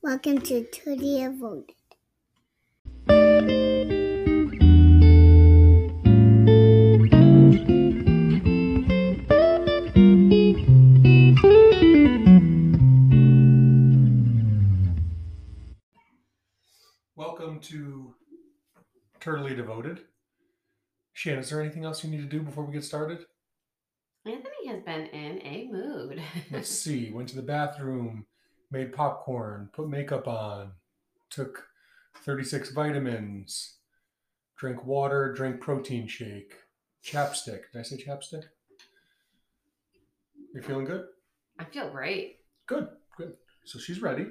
Welcome to Tudia Voted. Welcome to Totally Devoted. Shannon, is there anything else you need to do before we get started? Anthony has been in a mood. Let's see. Went to the bathroom, made popcorn, put makeup on, took 36 vitamins, drank water, drank protein shake, chapstick. Did I say chapstick? You feeling good? I feel great. Good, good. So she's ready.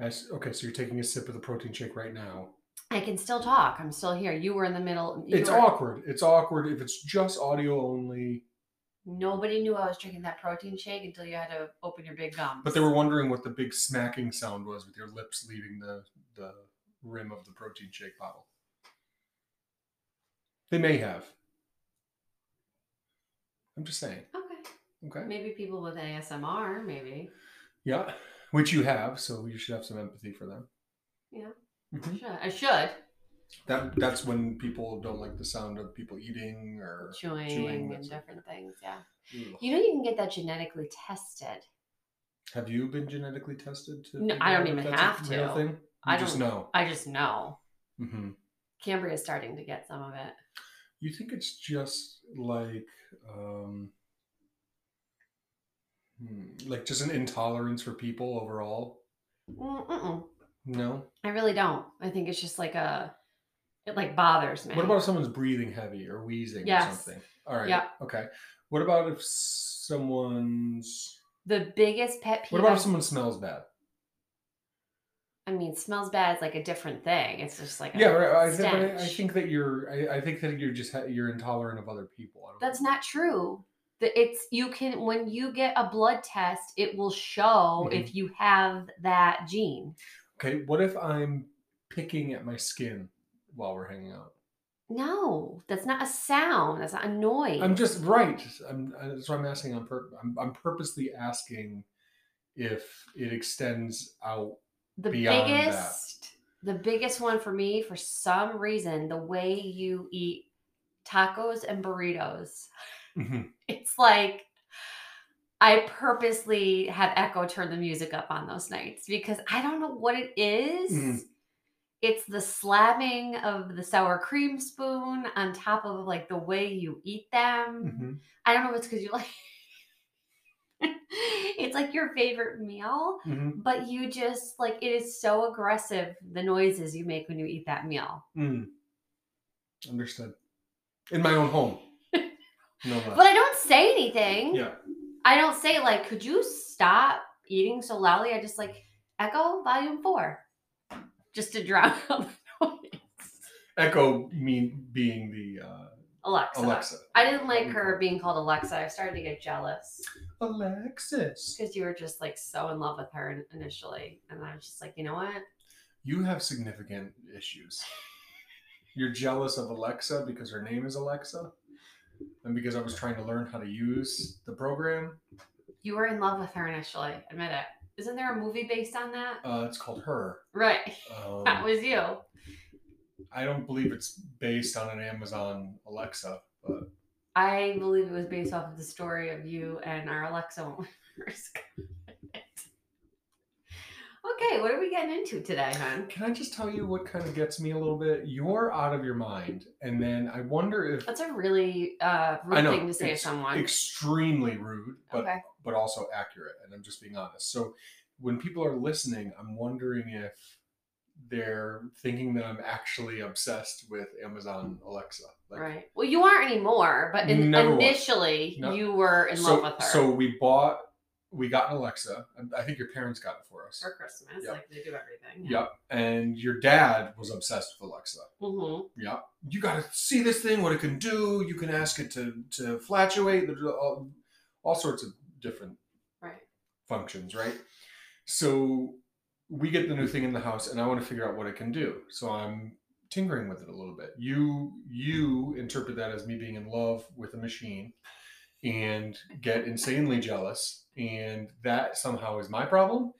As, okay, so you're taking a sip of the protein shake right now. I can still talk. I'm still here. You were in the middle. you It's were- awkward. It's awkward if it's just audio only. Nobody knew I was drinking that protein shake until you had to open your big gums. But they were wondering what the big smacking sound was with your lips leaving the the rim of the protein shake bottle. They may have. I'm just saying. okay. Okay. Maybe people with ASMR. Maybe Yeah. Which you have, so you should have some empathy for them. Yeah. I Mhm. should. I should. That that's when people don't like the sound of people eating or Chewing, chewing, and that's okay. different things. Yeah. Ugh. You know you can get that genetically tested. Have you been genetically tested to? No, figure I don't out if even that's a have real to. Thing? You I just don't- know. I just know. hmm Cambria's starting to get some of it. You think it's just like, um, hmm, like just an intolerance for people overall? Mm, Mm-mm. No. I really don't. I think it's just like a. It like bothers me. What about if someone's breathing heavy or wheezing or Yes. something? All right. Yeah. Okay. What about if someone's? the biggest pet peeve? What about I've if someone smells bad? I mean, smells bad is like a different thing. It's just like a, Yeah, right. I, thi- but I, I stench. think that you're. I, I think that you're just ha- you're intolerant of other people. I don't that's think- not true. That it's you can when you get a blood test, it will Mm-hmm. show if you have that gene. okay. What if I'm picking at my skin while we're hanging out? No, that's not a sound. That's not a noise. I'm just right. I'm I- that's what I'm asking. I'm, pur- I'm I'm purposely asking if it extends out. the beyond that. biggest, the biggest one for me. For some reason, the way you eat tacos and burritos. Mm-hmm. it's like I purposely have Echo turn the music up on those nights because I don't know what it is. Mhm. It's the slamming of the sour cream spoon on top of like the way you eat them. Mhm. I don't know if it's because you like it's like your favorite meal, Mhm. but you just like it is so aggressive the noises you make when you eat that meal. Mm. Understood. In my own home. No less. But I don't say anything. yeah. I don't say like, could you stop eating so loudly? I just like echo volume four, just to drown out the noise. Echo mean being the uh, Alexa. Alexa. I didn't like Okay. her being called Alexa. I started to get jealous Alexis. because you were just like so in love with her in- initially, and I was just like, you know what? You have significant issues. You're jealous of Alexa because her name is Alexa, and because I was trying to learn how to use the program. You were in love with her initially. Admit it. Isn't there a movie based on that? Uh, it's called Her. Right. Um, That was you. I don't believe it's based on an Amazon Alexa, but I believe it was based off of the story of you and our Alexa. when we first got it. okay, what are we getting into today, hon? can I just tell you what kind of gets me a little bit? You're out of your mind, and then I wonder if That's a really uh, rude I know thing to say to it's someone. extremely rude, but okay. but also accurate, and I'm just being honest. So when people are listening, I'm wondering if they're thinking that I'm actually obsessed with Amazon Alexa. Like, Right. Well, you aren't anymore, but in, Never was. initially No. you were in so love with her so we bought we got an Alexa. I- I think your parents got it for us. for Christmas. Yeah. Like they do everything. Yep. And your dad was obsessed with Alexa. hmm Yep. You got to see this thing, what it can do. You can ask it to, to flatulate, there's all, all sorts of different Right. functions, right? So we get the new thing in the house and I want to figure out what it can do. So I'm tinkering with it a little bit. You you interpret that as me being in love with a machine and get insanely jealous and that somehow is my problem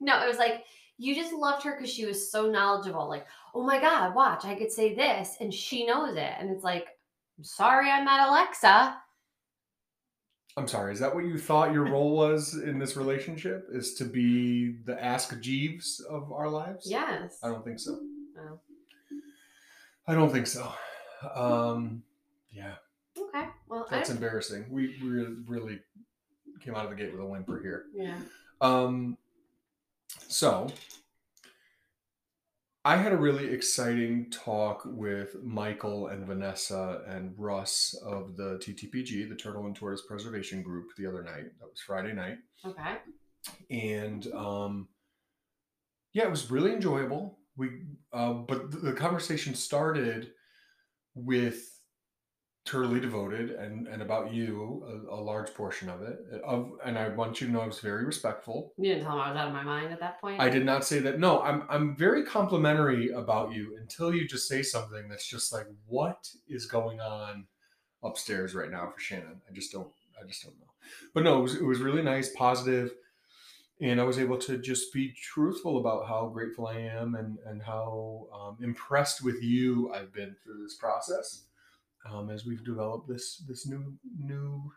No, it was like you just loved her because she was so knowledgeable. Like, oh my God, watch, I could say this and she knows it. And it's like, I'm sorry I'm not Alexa. I'm sorry, is that what you thought your role was in this relationship? Is to be the ask Jeeves of our lives? Yes. I don't think so. Oh, I don't think so. Um, yeah, okay. Well, I that's embarrassing. We, we re- really came out of the gate with a whimper here. yeah. Um, so I had a really exciting talk with Michael and Vanessa and Russ of the TTPG, the Turtle and Tortoise Preservation Group, the other night. That was Friday night. Okay. and um, yeah, it was really enjoyable. We uh, but th- the conversation started with Turtly Devoted and and about you, a, a large portion of it. Of and I want you to know I was very respectful. You didn't tell him I was out of my mind at that point. I did not say that. No, I'm I'm very complimentary about you until you just say something that's just like, what is going on upstairs right now for Shannon? I just don't I just don't know. But no, it was it was really nice, positive, and I was able to just be truthful about how grateful I am and and how um, impressed with you I've been through this process um, as we've developed this this new new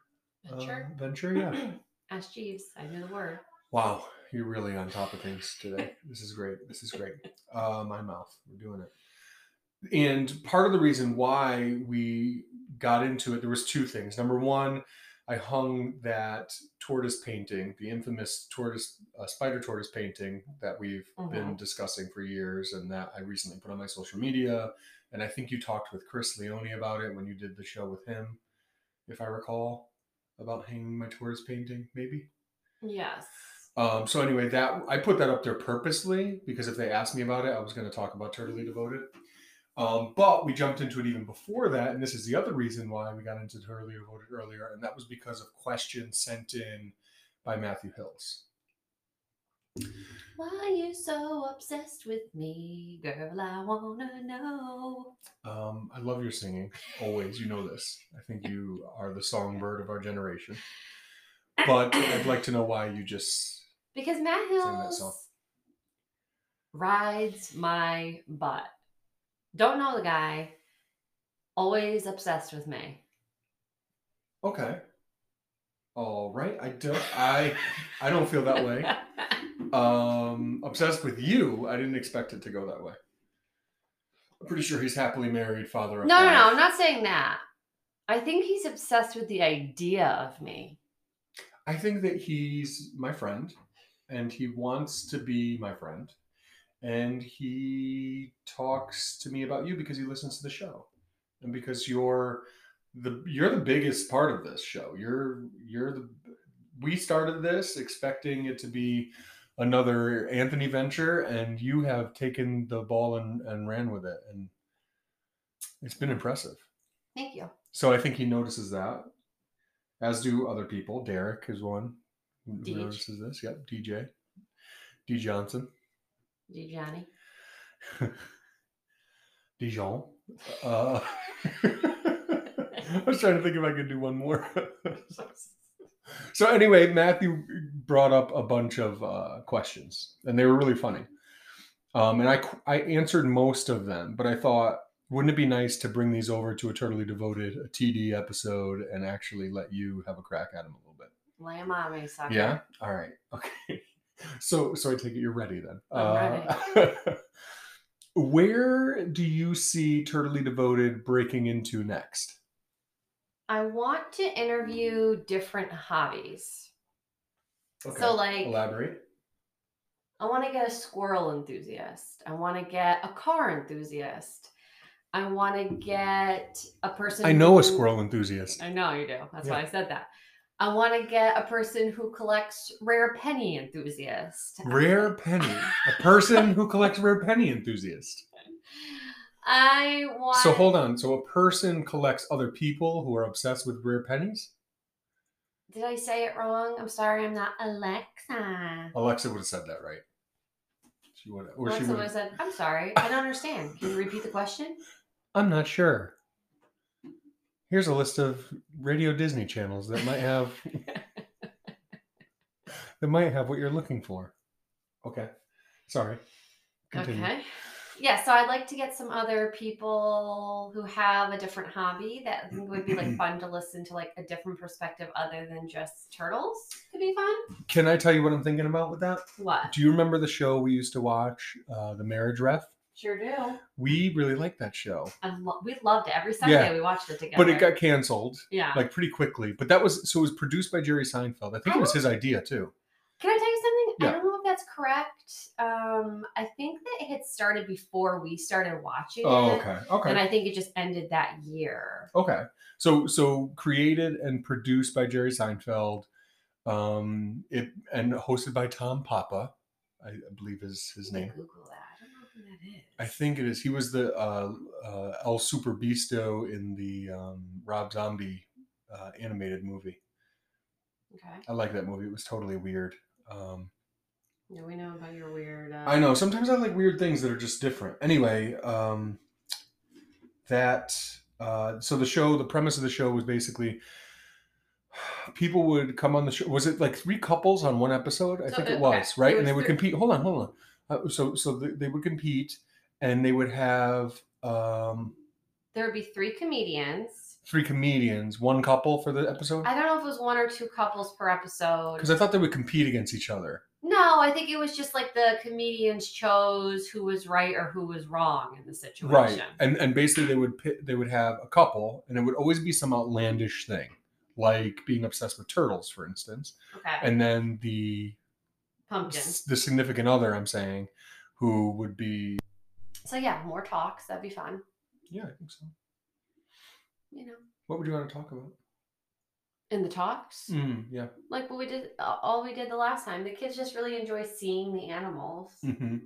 uh, Sure. venture. Yeah. Ask Jeeves. I knew the word. Wow, you're really on top of things today. This is great. This is great. Uh, my mouth, we're doing it. And part of the reason why we got into it, there was two things. Number one, I hung that tortoise painting, the infamous tortoise, uh, spider tortoise painting that we've been discussing for years, and that I recently put on my social media. And I think you talked with Chris Leone about it when you did the show with him, if I recall, about hanging my tortoise painting, maybe. Yes. Um, so anyway, that I put that up there purposely because if they asked me about it, I was going to talk about Turtly Devoted. Um, but we jumped into it even before that, and this is the other reason why we got into Turtly Devoted earlier, and that was because of questions sent in by Matthew Hills. Why you so obsessed with me, girl? I wanna know. Um, I love your singing always. You know this. I think you are the songbird of our generation. But I'd like to know why you just Because Matt that song. Hills rides my butt. Don't know the guy. Always obsessed with me. okay. All right, I don't. I I don't feel that way. um obsessed with you i didn't expect it to go that way i'm pretty sure he's happily married father no, no, of no. five. I'm not saying that. I think he's obsessed with the idea of me. i think that he's my friend and he wants to be my friend and he talks to me about you because he listens to the show and because you're the you're the biggest part of this show you're you're the we started this expecting it to be another anthony venture and you have taken the ball and, and ran with it and it's been impressive Thank you. so i think he notices that as do other people derek is one who Deej. notices this yep dj d johnson D. Johnny. Dijon. Uh, I was trying to think if I could do one more. so anyway, Matthew brought up a bunch of uh, questions, and they were really funny. Um, and I qu- I answered most of them, but I thought, wouldn't it be nice to bring these over to a totally devoted a TD episode and actually let you have a crack at them a little bit? Lay him on me, sucker. Yeah. All right. Okay. So, so I take it you're ready then. I'm ready. Where do you see Turtly Devoted breaking into next? I want to interview different hobbies. So, like, elaborate. I want to get a squirrel enthusiast. I want to get a car enthusiast. I want to get a person. I know a who- squirrel enthusiast. I know you do. That's why I said that. I want to get a person who collects rare penny enthusiast. Rare penny. A person who collects rare penny enthusiast. I want. So hold on. So a person collects other people who are obsessed with rare pennies? Did I say it wrong? I'm sorry. I'm not Alexa. Alexa would have said that, right? She would or Alexa she would would have said, "I'm sorry. I don't understand. Can you repeat the question?" I'm not sure. Here's a list of Radio Disney channels that might have that might have what you're looking for. Okay. Sorry. Continue. Okay. Yeah, so I'd like to get some other people who have a different hobby that I think would be like fun to listen to like a different perspective other than just turtles could be fun. Can I tell you what I'm thinking about with that? What? Do you remember the show we used to watch, uh, The Marriage Ref? Sure do. We really liked that show, I lo- we loved it every Sunday. Yeah. We watched it together. but it got canceled yeah. like pretty quickly. But that was so it was produced by Jerry Seinfeld. I think Oh. it was his idea too. Can I tell you something? Yeah. I don't know if that's correct. Um, I think that it had started before we started watching Oh, it, okay, Oh, okay, and I think it just ended that year. okay. So so created and produced by Jerry Seinfeld, um, it and hosted by Tom Papa, I, I believe is his I'm gonna name. Google that. I don't know who that is. I think it is. He was the uh, uh, El Super Bisto in the um, Rob Zombie uh, animated movie. Okay. I like that movie. It was totally weird. Um, Yeah, we know about your weird. Uh, I know. Sometimes I like weird things that are just different. Anyway, um, that uh, so the show, the premise of the show was basically people would come on the show. Was it like three couples on one episode? I So think it- it was okay, right, and it was they would three- compete. Hold on, hold on. Uh, so so th- they would compete, and they would have. Um, There would be three comedians. three comedians, one couple for the episode? I don't know if it was one or two couples per episode. Because Mm-hmm. I thought they would compete against each other. No, I think it was just like the comedians chose who was right or who was wrong in the situation. Right. And and basically they would pit, they would have a couple and it would always be some outlandish thing, like being obsessed with turtles for instance. Okay. And then the Pumpkin. the significant other I'm saying who would be So yeah, more talks. That'd be fun. Yeah, I think so. You know, What would you want to talk about? in the talks. Mm, yeah. like what we did uh, all we did the last time the kids just really enjoy seeing the animals hmm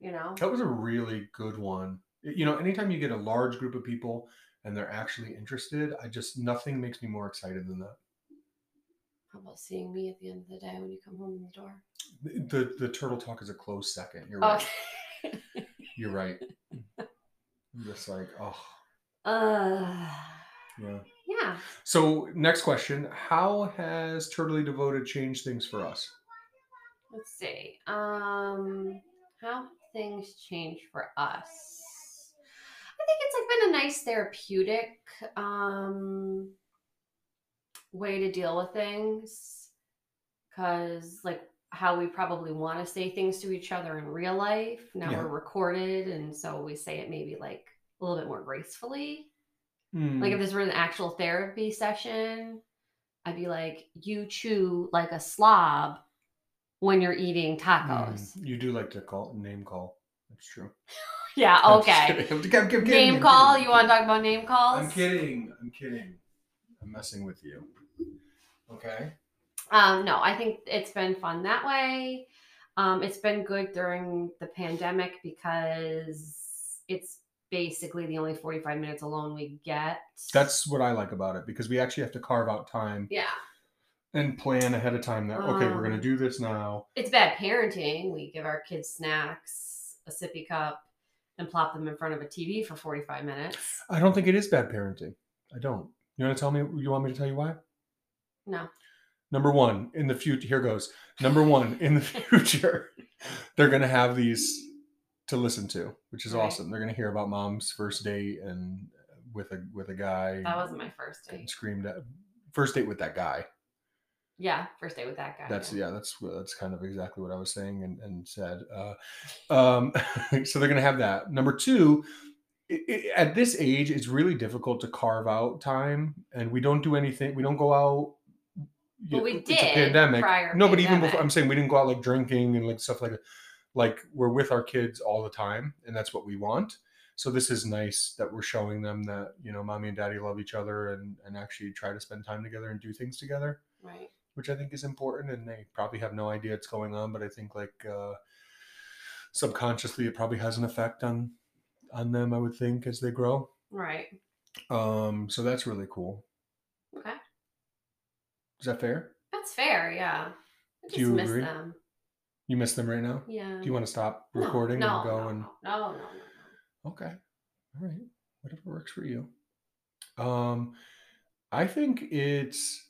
you know That was a really good one. You know, anytime you get a large group of people and they're actually interested, I just nothing makes me more excited than that. how about seeing me at the end of the day when you come home in the door The the turtle talk is a close second. You're right. okay You're right. I'm just like, oh, uh yeah. yeah So, next question How has Turtly Devoted changed things for us? let's see um how things change for us i think it's like been a nice therapeutic um way to deal with things because like how we probably want to say things to each other in real life now Yeah. we're recorded and so we say it maybe like a little bit more gracefully Hmm. like Mm. if this were an actual therapy session, I'd be like, you chew like a slob when you're eating tacos. Mm, you do like to call name call. That's true. Yeah, I'm just okay. kidding. I'm kidding, I'm kidding, Name I'm call. kidding, You I'm want to kidding. talk about name calls? I'm kidding. I'm kidding. I'm messing with you. Okay. Um, no, I think it's been fun that way. Um, it's been good during the pandemic because it's basically the only 45 minutes alone we get. That's what I like about it because we actually have to carve out time yeah. and plan ahead of time that, okay, we're going to Um, do this now. it's bad parenting. We give our kids snacks, a sippy cup, and plop them in front of a TV for 45 minutes. I don't think it is bad parenting. I don't. You want to tell me? You want me to tell you why? No. Number one, in the future, here goes. Number one, in the future, they're going to have these to listen to, which is Right. awesome. They're going to hear about mom's first date and with a with a guy That wasn't my first getting date. screamed at. First date with that guy. Yeah, first date with that guy. That's yeah. That's that's kind of exactly what I was saying and, and said. Uh, um, so they're going to have that. Number two, i i at this age, it's really difficult to carve out time, and we don't do anything. We don't go out. you But we know, did prior no, but even before, pandemic. I'm saying we didn't go out like drinking and like stuff like that. Like we're with our kids all the time, and that's what we want. So this is nice that we're showing them that you know, mommy and daddy love each other, and and actually try to spend time together and do things together Right. which I think is important. And they probably have no idea it's going on, but I think like uh, subconsciously it probably has an effect on on them. I would think as they grow. Right. Um, so that's really cool. Okay. Is that fair? That's fair. Yeah. I just Do you miss agree? them. You miss them right now. Yeah. Do you want to stop No, recording no, and go no, and No, no, no, no. okay, all right, whatever works for you. Um, I think it's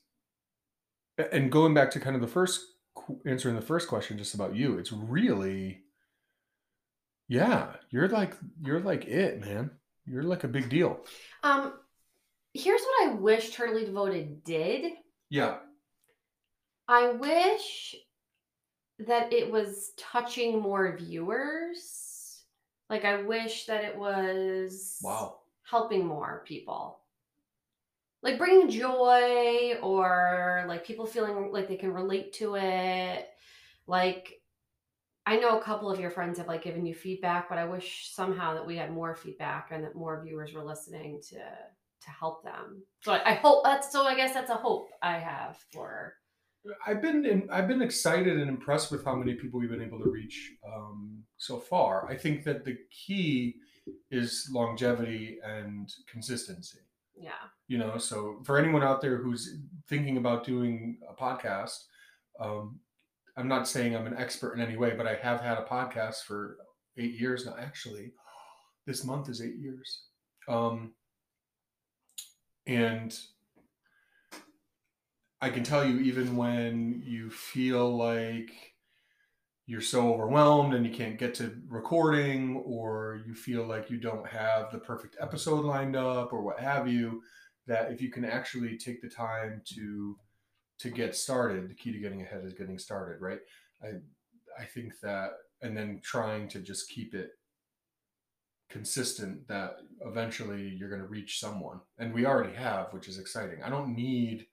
a- and going back to kind of the first qu- answering the first question just about you. It's really, yeah, you're like you're like it, man. You're like a big deal. Um, here's what I wish Totally Devoted did. Yeah. I wish that it was touching more viewers. Like I wish that it was Wow. helping more people. Like bringing joy or like people feeling like they can relate to it. Like I know a couple of your friends have like given you feedback, but I wish somehow that we had more feedback and that more viewers were listening to to help them. So I, I hope that's so I guess that's a hope I have for I've been in, I've been excited and impressed with how many people we've been able to reach um, so far. I think that the key is longevity and consistency. yeah. you know so for anyone out there who's thinking about doing a podcast um, i'm not saying i'm an expert in any way but i have had a podcast for eight years now actually this month is eight years um, and i can tell you even when you feel like you're so overwhelmed and you can't get to recording or you feel like you don't have the perfect episode lined up or what have you that if you can actually take the time to to get started the key to getting ahead is getting started right i i think that and then trying to just keep it consistent that eventually you're going to reach someone and we already have which is exciting i don't need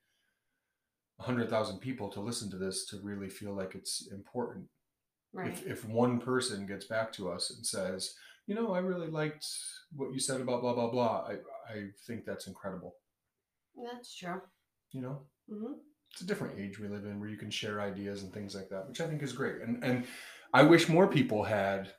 100,000 people to listen to this to really feel like it's important Right. if, if one person gets back to us and says you know i really liked what you said about blah blah blah i, I think that's incredible That's true. you know hmm it's a different age we live in where you can share ideas and things like that which i think is great and and i wish more people had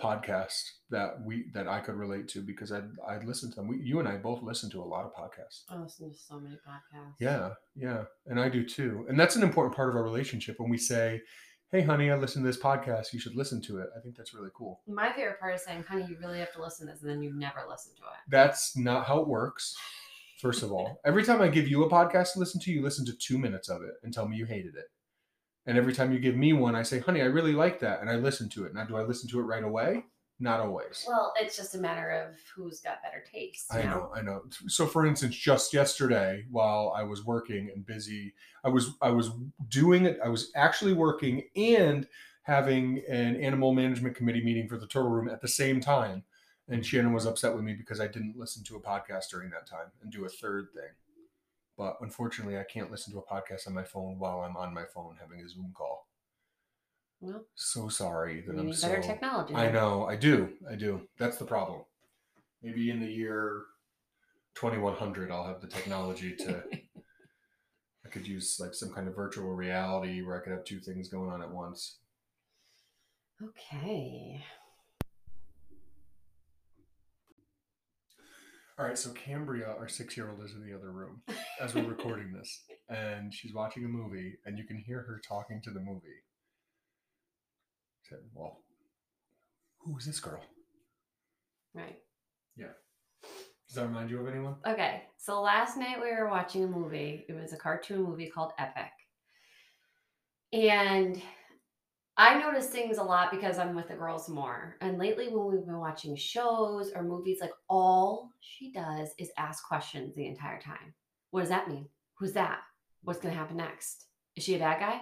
podcasts that we that i could relate to because i'd i'd listen to them we, you and i both listen to a lot of podcasts I listen to so many podcasts. yeah yeah and i do too and that's an important part of our relationship when we say hey honey i listen to this podcast you should listen to it i think that's really cool My favorite part is saying, honey, you really have to listen to this, and then you never listen to it. that's not how it works first of all every time i give you a podcast to listen to you listen to two minutes of it and tell me you hated it and every time you give me one i say honey i really like that and i listen to it now do i listen to it right away not always Well, it's just a matter of who's got better taste. i know i know so for instance just yesterday while i was working and busy i was i was doing it i was actually working and having an animal management committee meeting for the turtle room at the same time Mm-hmm. and Shannon was upset with me because I didn't listen to a podcast during that time and do a third thing. But unfortunately, I can't listen to a podcast on my phone while I'm on my phone having a Zoom call. Well, So sorry that you I'm need so. better technology. I know. I do. I do. That's the problem. Maybe in the year 2100, I'll have the technology to. I could use like some kind of virtual reality where I could have two things going on at once. Okay. All right, so Cambria, our six-year-old, is in the other room as we're recording this, and she's watching a movie, and you can hear her talking to the movie. Said, "Well, who is this girl? Right. Does that remind you of anyone?" Okay. So last night we were watching a movie. It was a cartoon movie called Epic. And I notice things a lot because I'm with the girls more. And lately, when we've been watching shows or movies, like all she does is ask questions the entire time. What does that mean? Who's that? What's going to happen next? Is she a bad guy?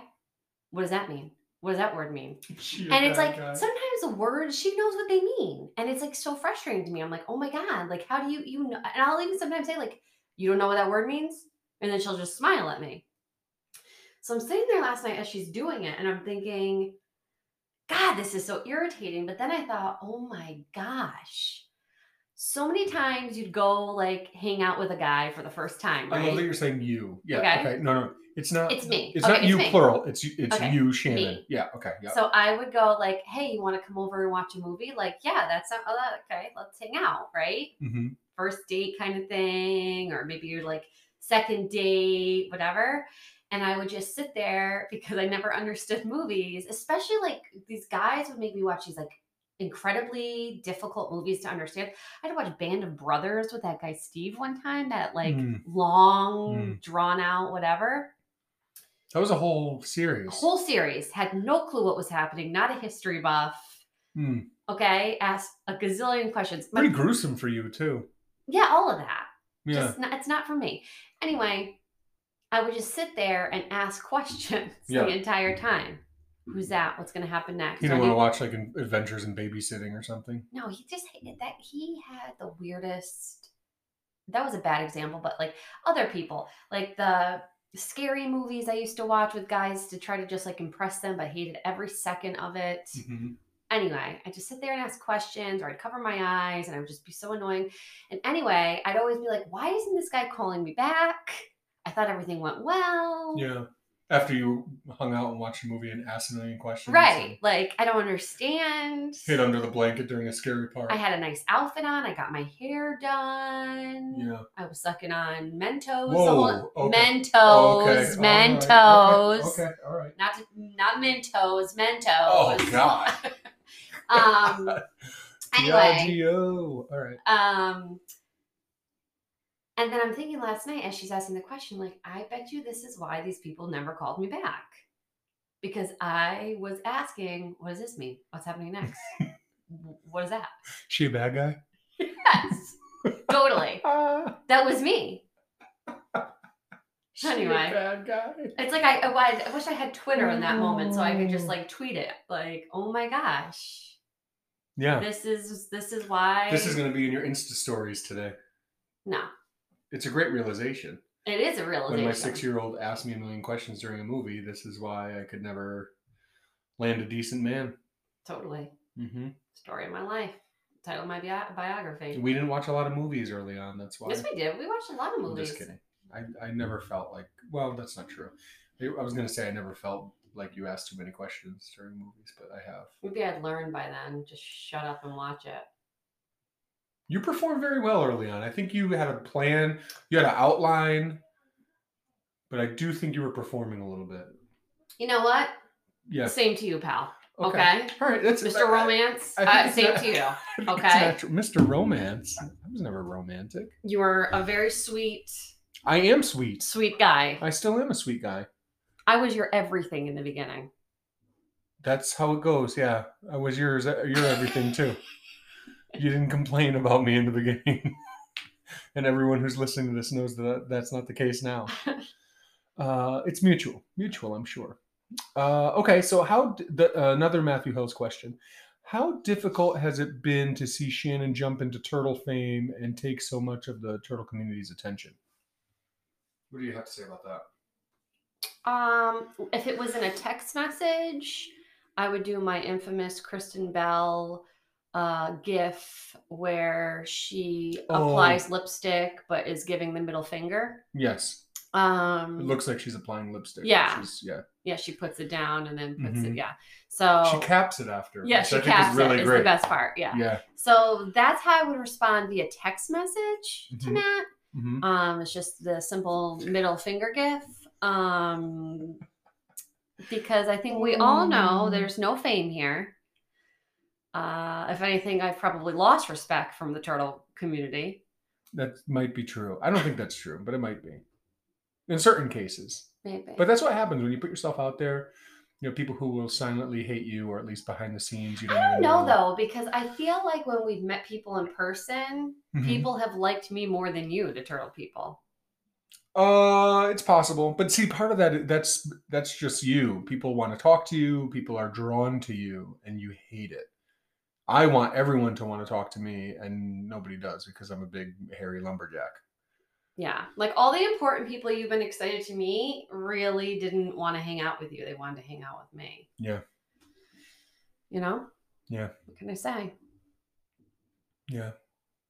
What does that mean? What does that word mean? She a and it's bad like guy. sometimes the words she knows what they mean and it's like so frustrating to me i'm like oh my god like how do you you know and i'll even sometimes say like you don't know what that word means and then she'll just smile at me so i'm sitting there last night as she's doing it and i'm thinking god this is so irritating but then i thought oh my gosh so many times you'd go like hang out with a guy for the first time I love that right you're saying you. Yeah. Okay. Okay. No, no, it's not. it's me It's Okay, not you me. plural. It's you- it's Okay, you, Shannon. me. Yeah. Okay. Yeah. So I would go like, "Hey, you want to come over and watch a movie?" Like, "Yeah, that's not, oh, that- okay. Let's hang out, right? hmm First date kind of thing, or maybe you're like second date, whatever." And I would just sit there because I never understood movies, especially like these guys would make me watch these like incredibly difficult movies to understand. I had to watch Band of Brothers with that guy Steve one time, that like Mm. long, Mm. drawn out, whatever. That was a whole series. The whole series had no clue what was happening, not a history buff. Hmm. Okay, asked a gazillion questions. But Pretty gruesome for you too. yeah, all of that. Yeah. Just not, it's not for me. Anyway, I would just sit there and ask questions Yeah. the entire time. Who's that? What's going to happen next? you Are don't they- want to watch like an Adventures in Babysitting or something. no, he just hated that. He had the weirdest. That was a bad example, but like other people, like the scary movies I used to watch with guys to try to just like impress them, but hated every second of it. Anyway, I just sit there and ask questions, or I'd cover my eyes, and I would just be so annoying. And anyway, I'd always be like, "Why isn't this guy calling me back? I thought everything went well." Yeah. After you hung out and watched a movie and asked a million questions. Right. and Like I don't understand. Hid under the blanket during a scary part. I had a nice outfit on. I got my hair done. yeah. I was sucking on Mentos. the Whoa, whole- okay. Mentos, all right, Mentos. Okay. okay, All right. Not not Mentos, Mentos. Oh, God. um. anyway, G-I-G-O. All right. um. And then I'm thinking last night as she's asking the question, like, I bet you this is why these people never called me back. Because I was asking, what does this mean? What's happening next? Wh- what is that? She a bad guy? Yes. totally. Ah. That was me. She Anyway. a bad guy. It's like I, oh, I wa- I wish I had Twitter in that moment so I could just No. like tweet it. Like, oh my gosh, Yeah. this is this is why. This is going to be in your Insta stories today. no. It's a great realization. It is a realization. When my six year old asked me a million questions during a movie, this is why I could never land a decent man. totally hmm story of my life. Title of my bi- biography. We didn't watch a lot of movies early on. That's why. yes, we did. We watched a lot of I'm movies. just kidding. I, I never felt like, well, that's not true. I I was going to say I never felt like you asked too many questions during movies, but I have. Maybe I'd learned by then. Just shut up and watch it. You performed very well early on. I think you had a plan, you had an outline, but I do think you were performing a little bit. You know what? Yes. Same to you, pal. Okay. All right. That's Mr. Romance. I think uh, it's same not- to you. I think it's okay. natural- Mr. Romance. I was never romantic. You are a very sweet, I am sweet. sweet guy. I still am a sweet guy. I was your everything in the beginning. That's how it goes. Yeah. I was yours. You're everything too. You didn't complain about me in the beginning. and everyone who's listening to this knows that uh, that's not the case now. Uh, it's mutual, mutual, I'm sure. Uh, okay, so how d- the, uh, another Matthew Hill's question: How difficult has it been to see Shannon jump into turtle fame and take so much of the turtle community's attention? What do you have to say about that? Um, if it was in a text message, I would do my infamous Kristen Bell uh, GIF where she Oh. applies lipstick but is giving the middle finger. Yes, Um, it looks like she's applying lipstick. Yeah. which is- yeah. yeah, she puts it down and then puts it. Mhm. Yeah, so She caps it after. Oh. yeah, which she I think caps is really it. Is great. the best part. Yeah. Yeah. So that's how I would respond via text message to Mhm. Matt. hmm Um, it's just the simple middle finger gif. Um, because I think we all know Mm. there's no fame here. Uh, if anything, I've probably lost respect from the turtle community. That might be true. I don't think that's true, but it might be. In certain cases. Maybe. But that's what happens when you put yourself out there. You know, people who will silently hate you, or at least behind the scenes, you don't, I don't even know though, because I feel like when we've met people in person, Mhm. people have liked me more than you, the turtle people. Uh, it's possible, but see, part of that that's that's just you. People want to talk to you. People are drawn to you, and you hate it. I want everyone to want to talk to me, and nobody does because I'm a big hairy lumberjack. Yeah. Like all the important people you've been excited to meet really didn't want to hang out with you. They wanted to hang out with me. Yeah. You know? Yeah. What can I say? Yeah,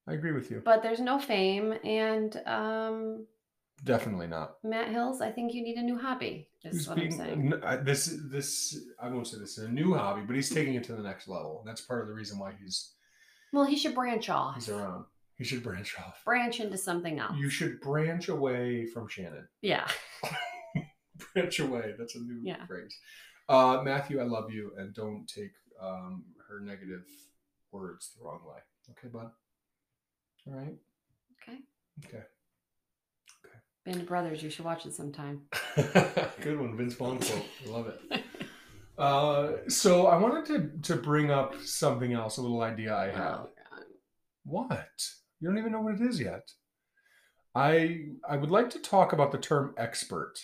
I agree with you. But there's no fame. And um, Definitely not. Matt Hills, I think you need a new hobby, is He's what I'm being- saying. n- I- this this I won't say this is a new hobby, but he's taking it to the next level. And that's part of the reason why he's Well, he should branch off, he's around. He should branch off. branch into something else. You should branch away from Shannon. yeah. branch away. That's a new Yeah. phrase. Uh, Matthew, I love you, and don't take um, her negative words the wrong way. Okay, bud. All right. Okay. Okay. Band of Brothers, you should watch it sometime. Good one, Vince Vaughn quote. I love it. Uh, so I wanted to to bring up something else, a little idea I have. Oh, What? You don't even know what it is yet. I I would like to talk about the term expert.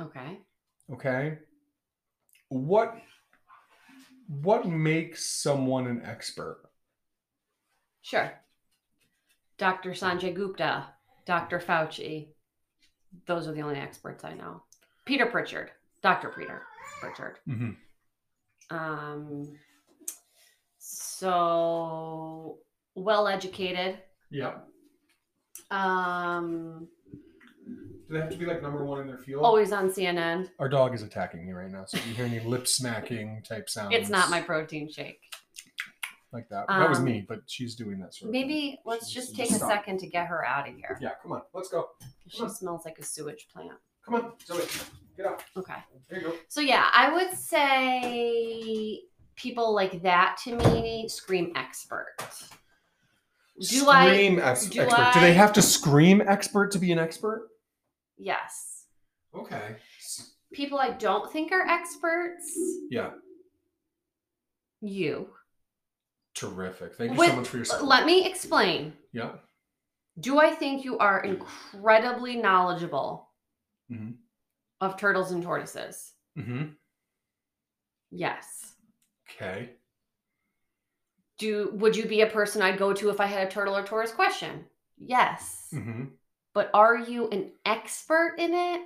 okay. Okay. What what makes someone an expert? Sure. Dr. Sanjay Gupta, Dr. Fauci. Those are the only experts I know. Peter Pritchard, Dr. Peter Pritchard. Mm-hmm. Um, so well educated. Yeah. Um, Do they have to be like number one in their field? always on CNN. Our dog is attacking me right now, so if you hear any lip smacking type sounds, It's not my protein shake. like that. that was um, me, but she's doing that sort of thing. Maybe let's just take a Stop. second to get her out of here. Yeah, come on, let's go. She smells like a sewage plant. Come on, Zoe, get out. Okay. There you go. So yeah, I would say people like that to me scream expert. Do I? scream ex- do expert. Do they I- have to scream expert to be an expert? Yes. Okay. People I don't think are experts. Yeah. You. Terrific. Thank you With- so much for your support. Let me explain. yeah. Do I think you are incredibly knowledgeable Mhm. of turtles and tortoises? Mm-hmm. Yes. Okay. Do would you be a person I'd go to if I had a turtle or tortoise question? Yes. Mm-hmm. But are you an expert in it?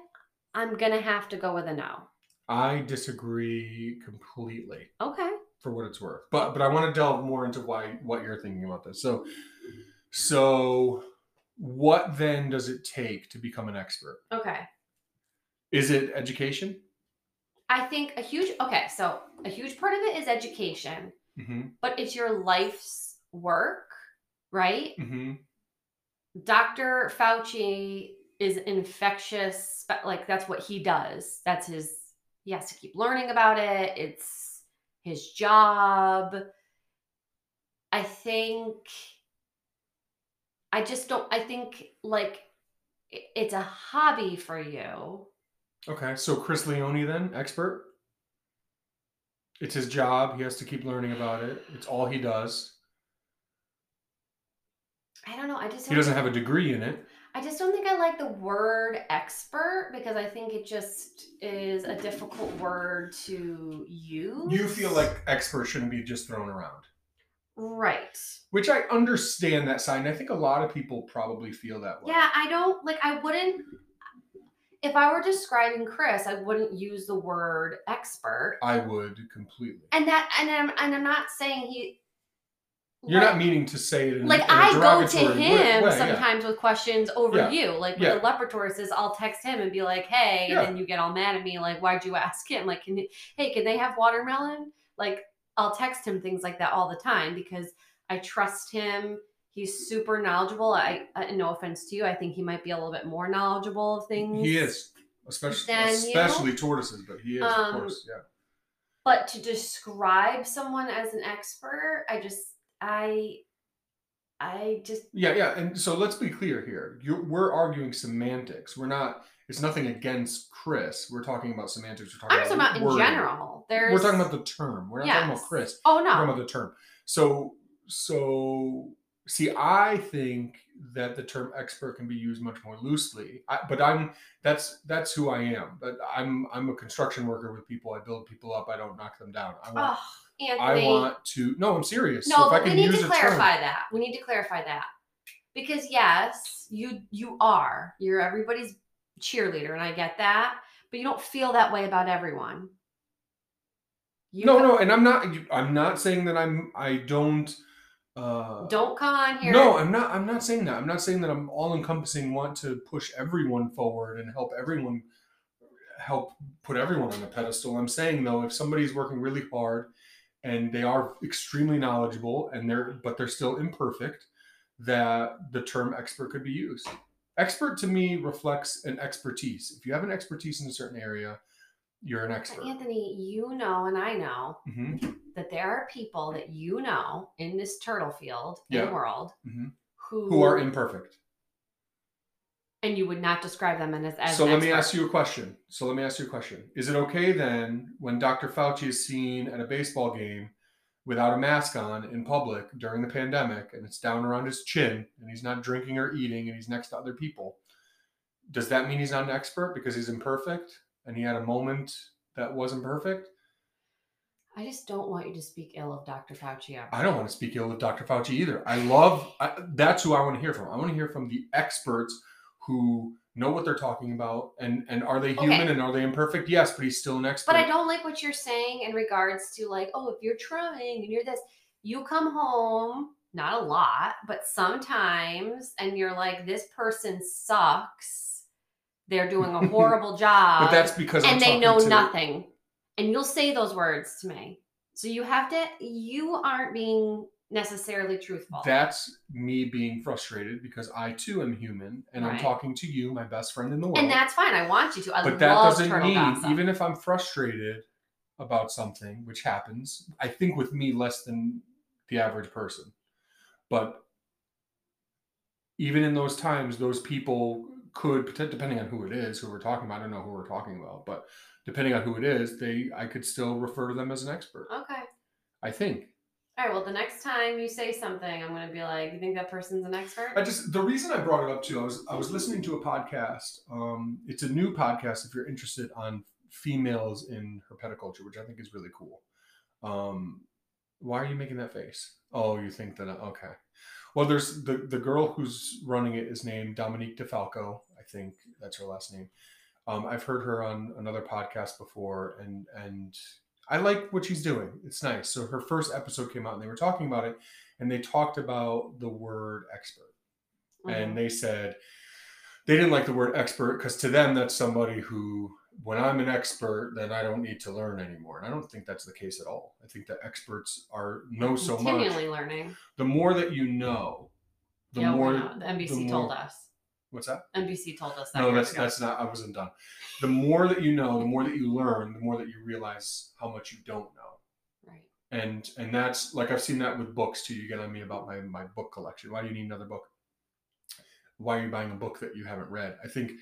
I'm gonna have to go with a no. I disagree completely Okay. for what it's worth. But but I want to delve more into why what you're thinking about this. So so what then does it take to become an expert? Okay. Is it education? I think a huge okay, so a huge part of it is education, Mm-hmm. but it's your life's work, right? Mm-hmm. Dr. Fauci is infectious, spe- like that's what he does. That's his he has to keep learning about it. It's his job. I think I just don't I think like i- it's a hobby for you. Okay, so Chris Leone then, expert. It's his job. He has to keep learning about it. It's all he does. I don't know. I just He don't doesn't have a degree in it. I just don't think I like the word expert because I think it just is a difficult word to use. You feel like expert shouldn't be just thrown around, right. which I understand that side. And I think a lot of people probably feel that way. Yeah, I don't like I wouldn't if I were describing Chris, I wouldn't use the word expert. I would completely. And that and I'm and I'm not saying he You're not like- meaning to say it in, like in a I go to derogatory way- him way, yeah. sometimes with questions over Yeah. you. Like Yeah. with the leopard tortoises, I'll text him and be like, "Hey," Yeah. and then you get all mad at me, like, "Why'd you ask him? Like, can hey, can they have watermelon?" Like, I'll text him things like that all the time because I trust him. He's super knowledgeable. I, I no offense to you, I think he might be a little bit more knowledgeable of things. He is, especially Then, you know? especially tortoises, but he is Um, of course. Yeah. But to describe someone as an expert, I just I I just Yeah, yeah, and so let's be clear here. You're, we're arguing semantics. We're not. It's nothing against Chris. We're talking about semantics. We're talking I'm just about about in wording. general. There's We're talking about the term. We're not talking about Yes. Chris. oh no. We're talking about the term. So, so see, I think that the term expert can be used much more loosely. I, but I'm that's that's who I am. But I'm I'm a construction worker with people. I build people up. I don't knock them down. I want. Oh, Anthony. I want to. No, I'm serious. no, so if I but can we need use to a clarify term, that. We need to clarify that. Because yes, you you are. You're everybody's cheerleader, and I get that. But you don't feel that way about everyone. You no, co- no, and I'm not. I'm not saying that I'm. I don't. Uh, Don't come on here. No, I'm not. I'm not saying that. I'm not saying that. I'm all encompassing. Want to push everyone forward and help everyone, help put everyone on a pedestal. I'm saying though, if somebody's working really hard and they are extremely knowledgeable and they're but they're still imperfect, that the term expert could be used. Expert to me reflects an expertise. If you have an expertise in a certain area, you're an But expert. Anthony, you know, and I know hmm that there are people that you know in this turtle field in Yeah. Mm-hmm. the world Mhm. who Who are imperfect? and you would not describe them as. as so an let me expert. ask you a question. So let me ask you a question. Is it okay then when Dr. Fauci is seen at a baseball game without a mask on in public during the pandemic and it's down around his chin and he's not drinking or eating and he's next to other people? Does that mean he's not an expert because he's imperfect and he had a moment that wasn't perfect? I just don't want you to speak ill of Dr. Fauci. ever. I don't want to speak ill of Dr. Fauci either. I love I, that's who I want to hear from. I want to hear from the experts who know what they're talking about and and are they human Okay. and are they imperfect? Yes, but he's still an expert. But I don't like what you're saying in regards to like, oh, if you're trying and you're this, you come home, not a lot, but sometimes, and you're like, this person sucks. They're doing a horrible job. But that's because I'm and they talking know to- nothing. And you'll say those words to me. So you have to, you aren't being necessarily truthful. That's me being frustrated because I too am human and I'm Right. talking to you, my best friend in the world. and that's fine. I want you to. I but love that doesn't turtle mean gossip. even if I'm frustrated about something, which happens, I think with me less than the average person. But even in those times, those people could potent- depending on who it is who we're talking about, I don't know who we're talking about, but depending on who it is, they I could still refer to them as an expert. okay. I think. All right. Well, the next time you say something, I'm going to be like, you think that person's an expert? I just the reason I brought it up too. I was I was listening to a podcast. Um, it's a new podcast if you're interested on females in herpetoculture, which I think is really cool. Um, why are you making that face? Oh, you think that okay? Well, there's the the girl who's running it is named Dominique DeFalco. I think that's her last name. Um, I've heard her on another podcast before, and and I like what she's doing. It's nice. So her first episode came out, and they were talking about it, and they talked about the word expert Mm-hmm. and they said they didn't like the word expert because to them that's somebody who when i'm an expert then i don't need to learn anymore and i don't think that's the case at all i think that experts are know so much continually learning. the more that you know the yeah, more we're not. The NBC the told more- us. what's that NBC told us that. no years that's ago. that's not i wasn't done the more that you know the more that you learn the more that you realize how much you don't know right. and and that's like i've seen that with books too you get on me about my my book collection why do you need another book why are you buying a book that you haven't read i think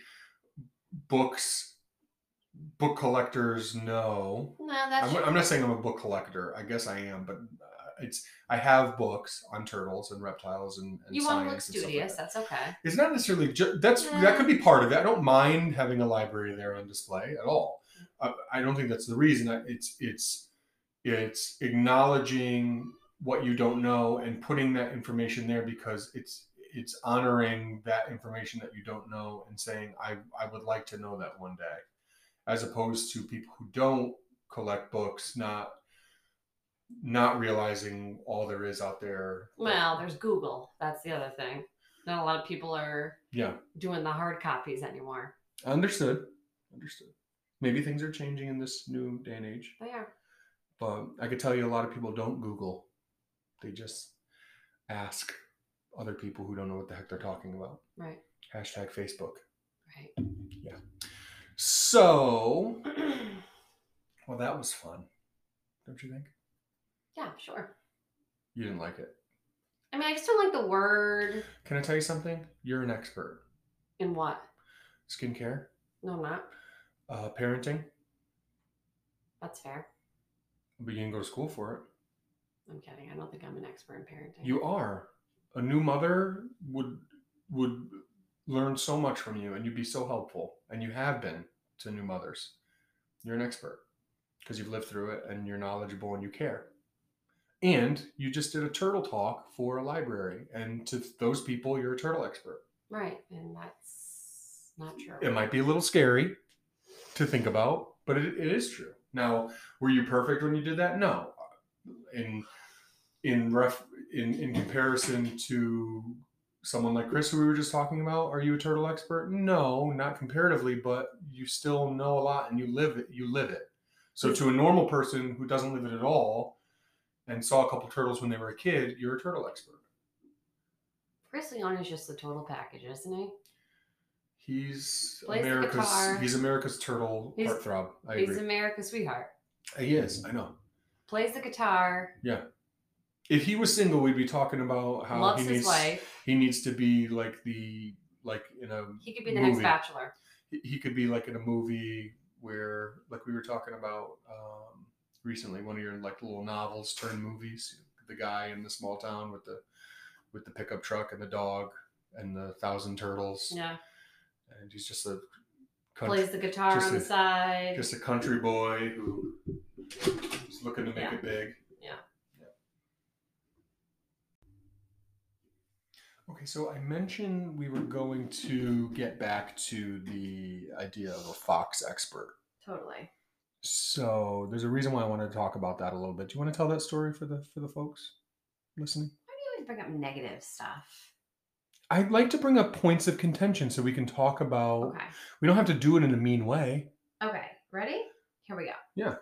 books book collectors know No, that's I'm, I'm not saying i'm a book collector i guess i am but uh, it's i have books on turtles and reptiles and, and you want to look science and stuff like studious. that. that's okay. it's not necessarily ju- that's that could be part of it i don't mind having a library there on display at all I, I don't think that's the reason. I- It's it's it's acknowledging what you don't know and putting that information there because it's it's honoring that information that you don't know and saying I I would like to know that one day, as opposed to people who don't collect books not not realizing all there is out there. Well, there's Google. That's the other thing. Not a lot of people are yeah, doing the hard copies anymore. understood, understood. Maybe things are changing in this new day and age. They are. but I could tell you a lot of people don't Google. They just ask other people who don't know what the heck they're talking about. Right. Hashtag Facebook. Right. So, well, that was fun. Don't you think? yeah, sure. You didn't like it. I mean, I just don't like the word Can I tell you something? You're an expert. in what? Skincare, No, I'm not. uh, parenting, That's fair. but you didn't go to school for it. I'm kidding. I don't think I'm an expert in parenting. You are. A new mother would would learn so much from you and you'd be so helpful. And you have been to new mothers. You're an expert because you've lived through it and you're knowledgeable and you care. And you just did a turtle talk for a library. And to those people, you're a turtle expert. right, and that's not true. It might be a little scary to think about, but it, it is true. Now, were you perfect when you did that? No. In in ref in in comparison to someone like Chris, who we were just talking about, are you a turtle expert? No, not comparatively, but you still know a lot and you live it. You live it. So to a normal person who doesn't live it at all and saw a couple turtles when they were a kid, you're a turtle expert. Chris Leon is just the total package, isn't he? He's Plays the guitar. America's he's America's turtle He's- heartthrob. I He's agree. America's sweetheart. He is. Uh, I know. Plays the guitar. If he was single, we'd be talking about how loves he his needs wife. he needs to be like the like in a He could be the next Movie. bachelor. he- he could be like in a movie where like we were talking about um, recently one of your like little novels turned movies the guy in the small town with the with the pickup truck and the dog and the thousand turtles Yeah. and he's just a country, Plays the guitar just on the a- side. just a country boy who is looking to make Yeah. it big Yeah. Okay, so I mentioned we were going to get back to the idea of a fox expert. totally. So there's a reason why I wanted to talk about that a little bit. Do you want to tell that story for the for the folks listening? Why do you always bring up negative stuff? I'd like to bring up points of contention so we can talk about. Okay. We don't have to do it in a mean way. Okay, ready? Here we go. Yeah.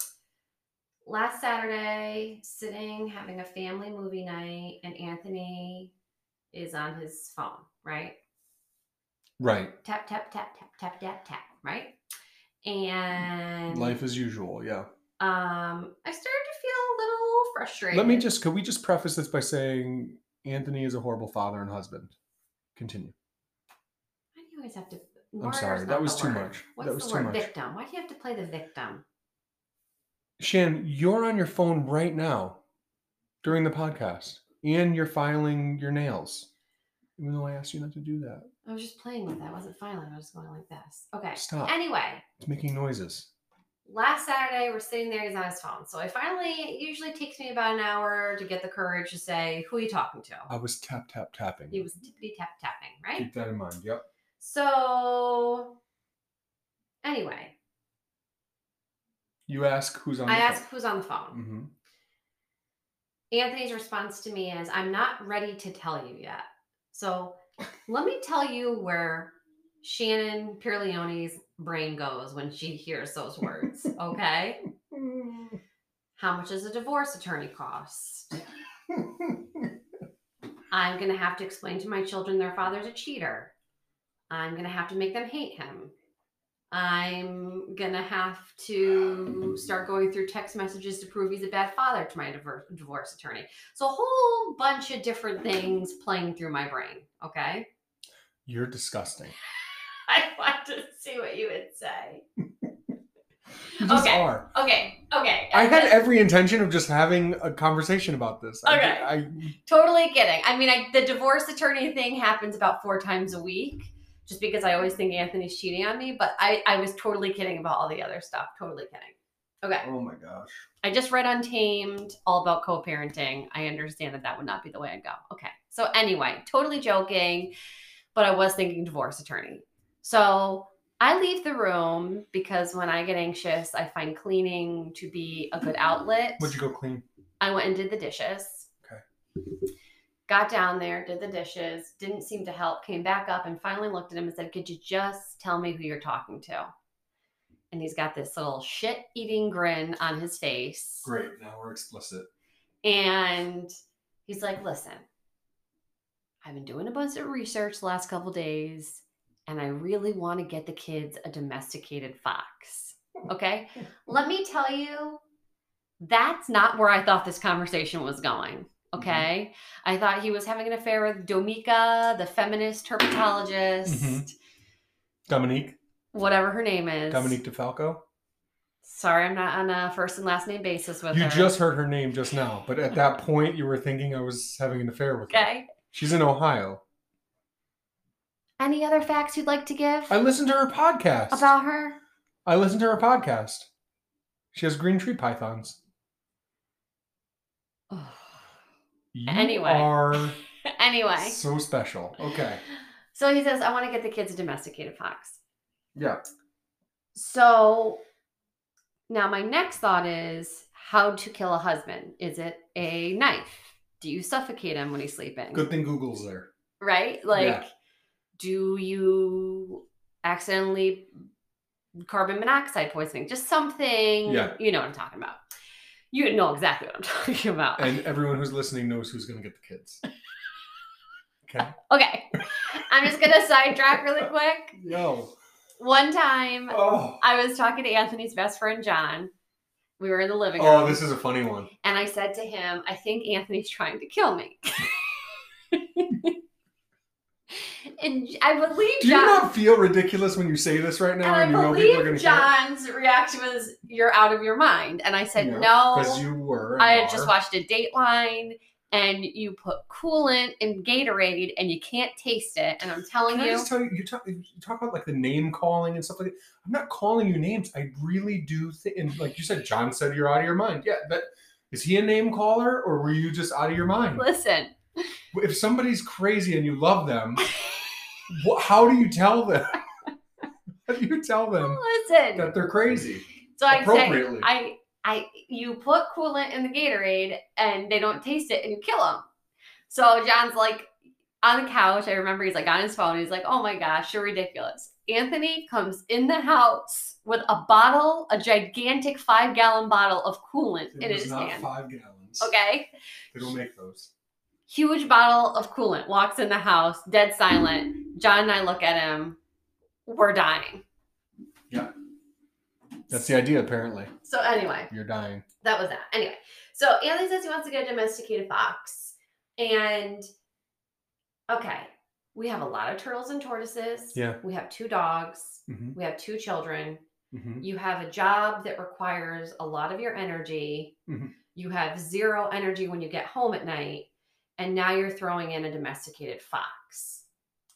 Last Saturday, sitting having a family movie night, and Anthony is on his phone, right? Right. Tap, tap, tap, tap, tap, tap, tap, right? And Life as usual. Yeah. um, I started to feel a little frustrated. Let me just. Could we just preface this by saying Anthony is a horrible father and husband. Continue. Why do you always have to? martyr's sorry, not that the was too word. much. What's That was the too word? much. Victim. Why do you have to play the victim? Shan, you're on your phone right now during the podcast, and you're filing your nails. Even though I asked you not to do that, I was just playing with that. I wasn't filing. I was just going like this. Okay. stop. Anyway, It's making noises. last Saturday, we're sitting there, he's on his phone. So I finally, it usually takes me about an hour to get the courage to say, Who are you talking to? I was tap tap tapping. He was tippity tap tapping, right? Keep that in mind. Yep. So, anyway, You ask who's on. I the ask who's on the phone. hmm Anthony's response to me is, I'm not ready to tell you yet. So let me tell you where Shannon Pierleone's brain goes when she hears those words, okay? Mm-hmm. How much does a divorce attorney cost? I'm going to have to explain to my children their father's a cheater. I'm going to have to make them hate him. I'm going to have to start going through text messages to prove he's a bad father to my diver- divorce attorney. So, a whole bunch of different things playing through my brain. Okay. You're disgusting. I want to see what you would say. You just Okay. are. Okay. Okay. I had just- every intention of just having a conversation about this. I- Okay. I, Totally kidding. I mean, I, the divorce attorney thing happens about four times a week just because I always think Anthony's cheating on me, but I, I was totally kidding about all the other stuff. Totally kidding. Okay. oh my gosh. I just read Untamed, all about co parenting. I understand that that would not be the way I'd go. Okay. So, anyway, totally joking, but I was thinking divorce attorney. So, I leave the room because when I get anxious, I find cleaning to be a good outlet. Would you go clean? I went and did the dishes. Okay. Got down there, did the dishes, didn't seem to help, came back up and finally looked at him and said, Could you just tell me who you're talking to? And he's got this little shit eating grin on his face. Great. Now we're explicit. And he's like, listen, I've been doing a bunch of research the last couple days, and I really want to get the kids a domesticated fox. Okay. Let me tell you, that's not where I thought this conversation was going. Mm-hmm. Okay. I thought he was having an affair with Domika, the feminist herpetologist, Mhm. Dominique. whatever her name is. Dominique DeFalco. Sorry, I'm not on a first and last name basis with You her. just heard her name just now, but at that point you were thinking I was having an affair with her. okay. She's in Ohio. Any other facts you'd like to give I listened to her podcast. about her? I listened to her podcast. She has green tree pythons. You Anyway. are anyway. so special. Okay. So he says, I want to get the kids a domesticated fox. Yeah. So now my next thought is how to kill a husband. Is it a knife? Do you suffocate him when he's sleeping? Good thing Google's there. Right? Like, do you accidentally carbon monoxide poisoning? Just something. Yeah. You know what I'm talking about. You know exactly what I'm talking about. And everyone who's listening knows who's going to get the kids. Okay. okay. I'm just going to sidetrack really quick. Yo. One time, Oh. I was talking to Anthony's best friend John. We were in the living room. Oh, this is a funny one. and I said to him, I think Anthony's trying to kill me. And I believe Do you John. not feel ridiculous when you say this right now? And you I know people are believe gonna John's reaction was, "You're out of your mind." And I said, Yeah, "No, because you were. and I had just are. watched a Dateline, and you put coolant in Gatorade, and you can't taste it." And I'm telling Can I you, just tell you, you talk, you talk about like the name calling and stuff like that. I'm not calling you names. I really do think, and like you said, John said you're out of your mind. Yeah, that is he a name caller or were you just out of your mind? listen, If somebody's crazy and you love them, wh- how do you tell them? How do you tell them listen. that they're crazy? So I say, appropriately. I, I, you put coolant in the Gatorade, and they don't taste it, and you kill them. So John's like on the couch. I remember he's like on his phone. He's like, "Oh my gosh, you're ridiculous." Anthony comes in the house with a bottle, a gigantic five gallon bottle of coolant in It was his not hand. five gallons. Okay. They don't make those. Huge bottle of coolant walks in the house, dead silent. John and I look at him. We're dying. That's the idea, apparently. So, anyway, You're dying. that was that. Anyway, so Anthony says he wants to get a domesticated fox. And okay, we have a lot of turtles and tortoises. Yeah. We have two dogs. Mm-hmm. We have two children. Mm-hmm. You have a job that requires a lot of your energy. Mhm. You have zero energy when you get home at night. And now you're throwing in a domesticated fox.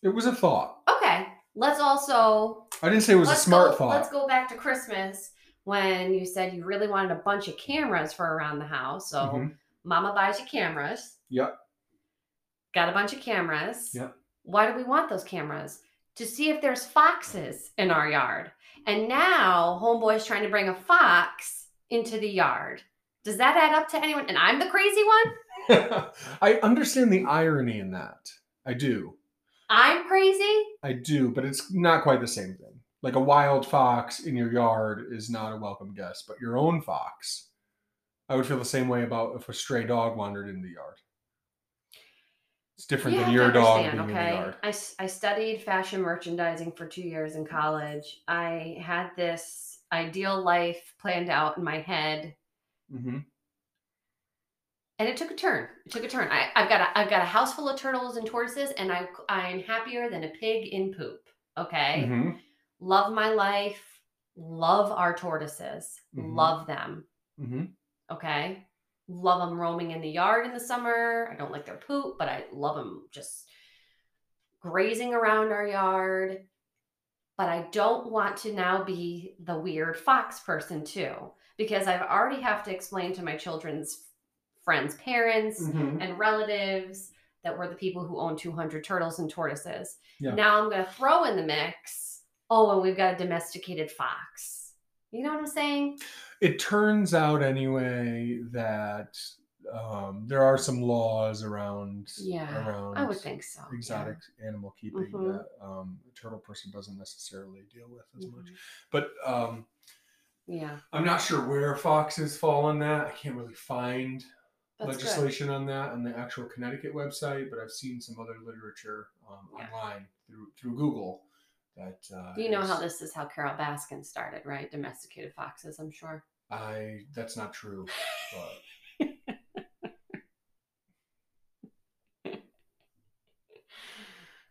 It was a thought. Okay, let's also I didn't say it was let's a smart go, thought. Let's go back to Christmas when you said you really wanted a bunch of cameras for around the house. So Mhm. mama buys you cameras. Yep. Got a bunch of cameras. Yep. Why do we want those cameras? To see if there's foxes in our yard. And now homeboy's trying to bring a fox into the yard. Does that add up to anyone? And I'm the crazy one? I understand the irony in that. I do. I'm crazy? I do, but it's not quite the same thing. Like a wild fox in your yard is not a welcome guest, but your own fox. I would feel the same way about if a stray dog wandered in the yard. It's different You than have to your dog being understand, in the yard. I, s- I studied fashion merchandising for two years in college. I had this ideal life planned out in my head, hmm and it took a turn. It took a turn. I, I've got a, I've got a house full of turtles and tortoises, and I I'm happier than a pig in poop. Okay, hmm love my life, love our tortoises, Mhm. love them. hmm Okay, love them roaming in the yard in the summer. I don't like their poop, but I love them just grazing around our yard. But I don't want to now be the weird fox person too, because I've already have to explain to my children's friends' parents hmm and relatives that were the people who own 200 turtles and tortoises. Yeah. Now I'm going to throw in the mix. Oh, and we've got a domesticated fox. You know what I'm saying? It turns out, anyway, that um, there are some laws around Yeah, around I would think so. yeah. exotic animal keeping Mhm. that um, a turtle person doesn't necessarily deal with as much. Mhm. But um, Yeah. I'm not sure where foxes fall on that. I can't really find That's good. legislation on that on the actual Connecticut website, but I've seen some other literature um, Yeah. online through through Google. That uh, You know how is- this is how Carol Baskin started, right? Domesticated foxes, I'm sure. I that's not true. But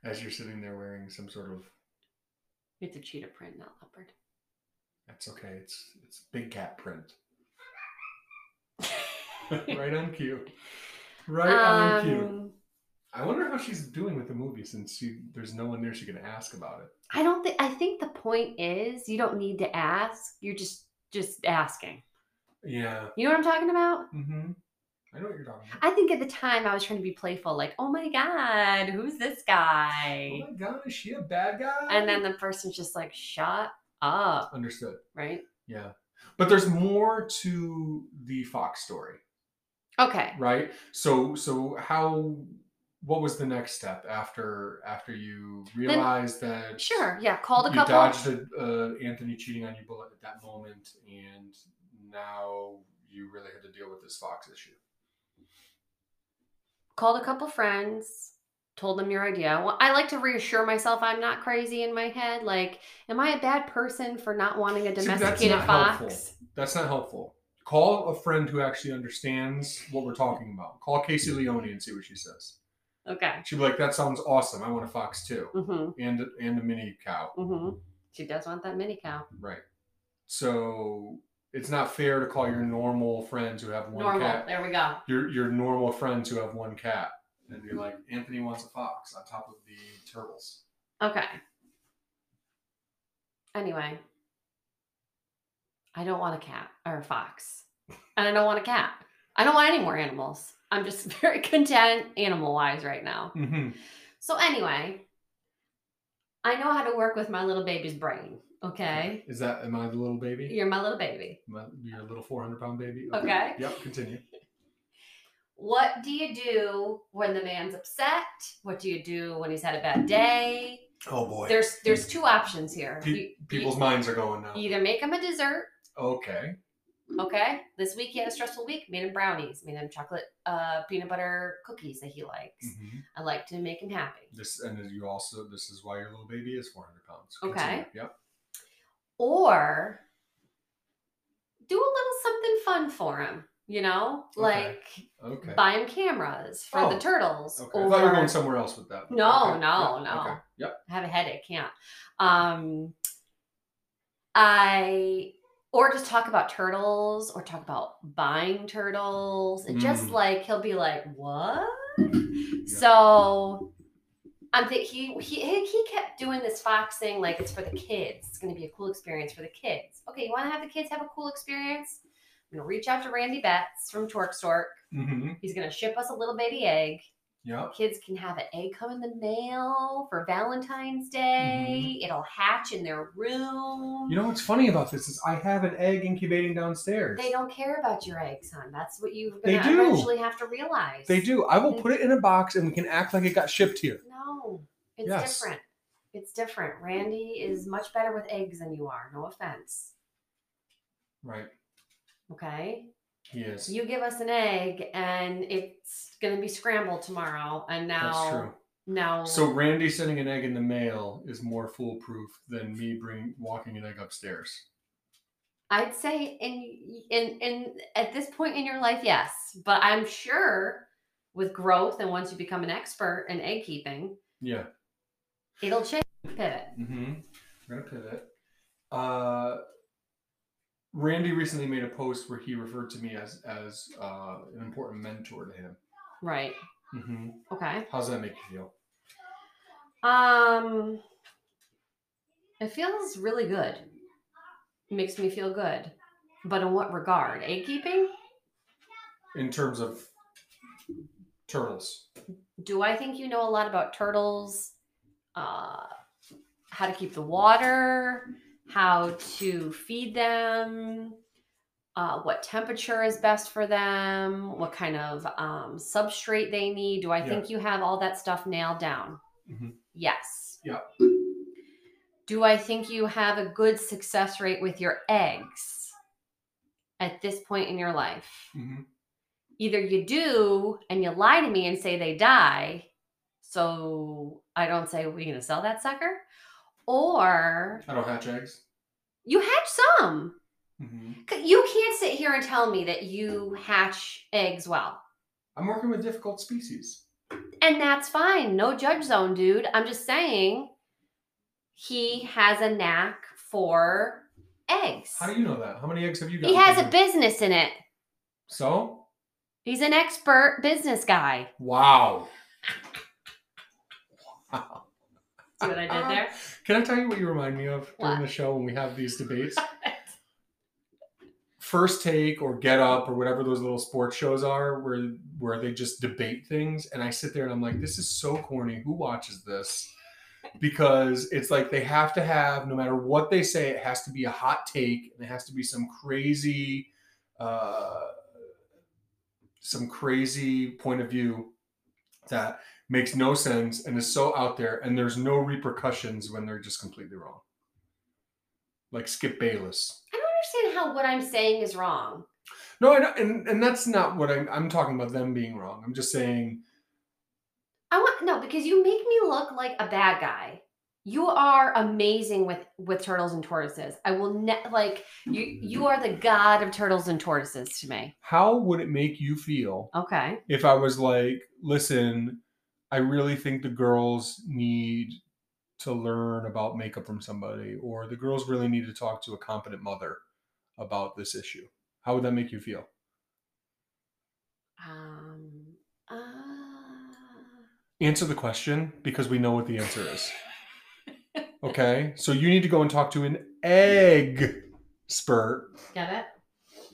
as you're sitting there wearing some sort of It's a cheetah print, not leopard. That's okay. It's it's big cat print. right on cue. Right on cue. Um, I wonder how she's doing with the movie since she, there's no one there she can ask about it. I don't think. I think the point is you don't need to ask. You're just just asking. Yeah. You know what I'm talking about? Mm-hmm. I know what you're talking about. I think at the time I was trying to be playful, like, "Oh my god, who's this Oh guy?" my god, is she a bad guy? And then the person's just like, "Shut up," understood. right? Yeah. But there's more to the Fox story, Okay. right? So so how what was the next step after after you realized that Sure. Yeah. Called a you couple. dodged a, uh, Anthony cheating on you bullet at that moment, and now you really had to deal with this Fox issue. called a couple friends told them your idea well i like to reassure myself i'm not crazy in my head like am i a bad person for not wanting a See, that's domesticated not fox helpful. That's not helpful. Call a friend who actually understands what we're talking about. Call Casey Leone and see what she says. Okay. She'd be like, "That sounds awesome. I want a fox too, Mm-hmm. and and a mini cow." Mm-hmm. She does want that mini cow. Right. So it's not fair to call your normal friends who have one Normal. cat There we go. your your normal friends who have one cat, and you're like, "Anthony wants a fox on top of the turtles." Okay. Anyway, I don't want a cat or a fox. And I don't want a cat. I don't want any more animals. I'm just very content animal wise right now. Mm-hmm. So, anyway, I know how to work with my little baby's brain. Okay. Is that am I the little baby? You're my little baby. My, your little 400 pound baby. Okay. Yep. Continue. What do you do when the man's upset? What do you do when he's had a bad day? Oh boy. There's there's two options here. Pe- You- People's minds are going now. you either make him a dessert Okay. Okay. This week he had a stressful week. Made him brownies. Made him chocolate uh, peanut butter cookies that he likes. Mhm. I like to make him happy. This and then you also this is why your little baby is 400 pounds. Okay. Continue. Yep. Or do a little something fun for him. You know, Okay. like Okay. buy him cameras for Oh, the turtles, Okay. I or thought you were going somewhere else with that. No, Okay. no, Yep. no. Okay. Yep. I have a headache. Can't. Um, I or just talk about turtles, or talk about buying turtles, and just Mm. like he'll be like, "What?" So I'm think he, he he he kept doing this fox thing like it's for the kids. It's gonna be a cool experience for the kids. Okay, you wanna have the kids have a cool experience? I'm gonna reach out to Randy Betts from Torque Stork. Mm-hmm. He's gonna ship us a little baby egg. Yep. Kids can have an egg come in the mail for Valentine's Mm-hmm. Day. It'll hatch in their room. You know what's funny about this is I have an egg incubating downstairs. they don't care about your eggs, son. That's what you're They gonna do. eventually have to realize. They do. I Mm-hmm. will put it in a box and we can act like it got shipped here. No, it's Yes. different. It's different. Randy is much better with eggs than you are. No offense. Right. Okay. He is. You give us an egg and it's going to be scrambled tomorrow. And now, That's true. now, So Randy sending an egg in the mail is more foolproof than me bring walking an egg upstairs. I'd say in, in, in, at this point in your life, yes. But I'm sure with growth and once you become an expert in egg keeping, Yeah. it'll change. Pivot. Mm-hmm. We're gonna pivot. Uh, Randy recently made a post where he referred to me as as uh, an important mentor to him. Right. Mm-hmm. Okay. How's that make you feel? Um, it feels really good. makes me feel good, but in what regard? Egg keeping? In terms of turtles. Do I think you know a lot about turtles? Uh, how to keep the water? How to feed them? Uh, what temperature is best for them? What kind of um, substrate they need? Do I Yeah. think you have all that stuff nailed down? Mhm. Yes. Yeah. Do I think you have a good success rate with your eggs at this point in your life? Mm-hmm. either you do and you lie to me and say they die, so I don't say we're gonna sell that sucker, or I don't hatch eggs. you hatch some. Mm-hmm. 'Cause You can't sit here and tell me that you hatch eggs well. I'm working with difficult species. And that's fine. No judge zone, dude. I'm just saying he has a knack for eggs. How do you know that? How many eggs have you got? He has a Mhm. business in it. So He's an expert business guy. wow. See what I did there? Can I tell you what you remind me of during What? the show when we have these debates? First Take or Get Up or whatever those little sports shows are, where where they just debate things, and I sit there and I'm like, this is so corny. Who watches this? Because it's like they have to have, no matter what they say, it has to be a hot take, and it has to be some crazy, uh, some crazy point of view that makes no sense and is so out there, and there's no repercussions when they're just completely wrong. Like Skip Bayless. I don't understand how what I'm saying is wrong. No, I don't, and and that's not what I'm. I'm talking about them being wrong. I'm just saying. I want no because you make me look like a bad guy. You are amazing with with turtles and tortoises. I will ne- like you. You are the god of turtles and tortoises to me. How would it make you feel Okay. if I was like, listen, I really think the girls need to learn about makeup from somebody, or the girls really need to talk to a competent mother about this issue. How would that make you feel? Um, uh, Answer the question because we know what the answer is. Okay, so you need to go and talk to an egg spurt. get it?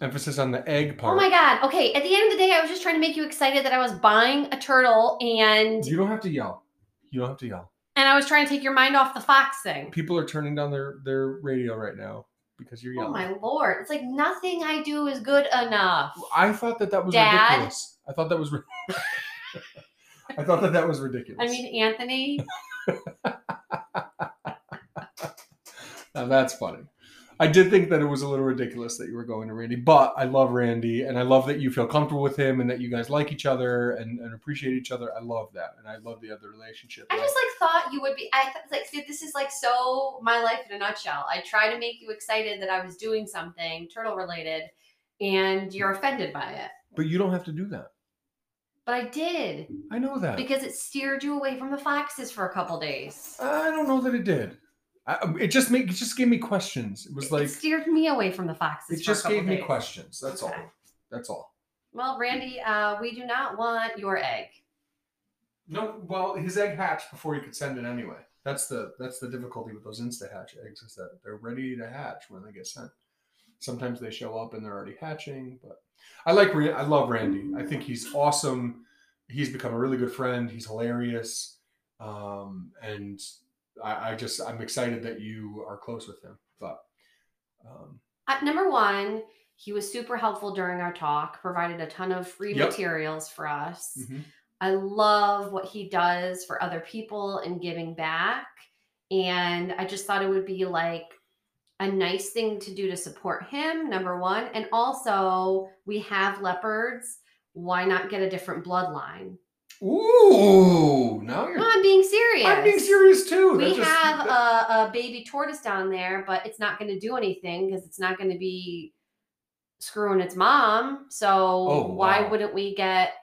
Emphasis on the egg part. Oh my god. Okay. At the end of the day, I was just trying to make you excited that I was buying a turtle and You don't have to yell. You don't have to yell. and I was trying to take your mind off the fox thing. People are turning down their their radio right now because you're Oh yelling. my lord. It's like nothing I do is good enough. I thought that that was Dad? ridiculous. I thought that was. Ri- I thought that that was ridiculous. I mean, Anthony, now that's funny. I did think that it was a little ridiculous that you were going to Randy, but I love Randy, and I love that you feel comfortable with him, and that you guys like each other and, and appreciate each other. I love that, and I love the other relationship. I just like thought you would be. I th- like see, this is like so my life in a nutshell. I try to make you excited that I was doing something turtle related, and you're offended by it. but you don't have to do that. But I did I know that. because it steered you away from the foxes for a couple days. I don't know that it did. I, um, it just make it just gave me questions. It was like it steered me away from the foxes. it for a just couple gave me days. questions. That's Okay. all. That's all. Well, Randy, uh, we do not want your egg. No, well, his egg hatched before he could send it anyway. That's the that's the difficulty with those insta hatch eggs is that they're ready to hatch when they get sent. Sometimes they show up and they're already hatching, but I like Ra- I love Randy. I think he's awesome. He's become a really good friend. He's hilarious, um, and I, I just I'm excited that you are close with him. But um, Uh, number one, he was super helpful during our talk, provided a ton of free Yep. materials for us. I love what he does for other people and giving back. And I just thought it would be like a nice thing to do to support him, number one. And also, we have leopards. Why not get a different bloodline? ooh, now you're No, I'm being serious. I'm being serious too. We That just- have that- a, a baby tortoise down there, but it's not going to do anything because it's not going to be screwing its mom. So Oh, why wow. wouldn't we get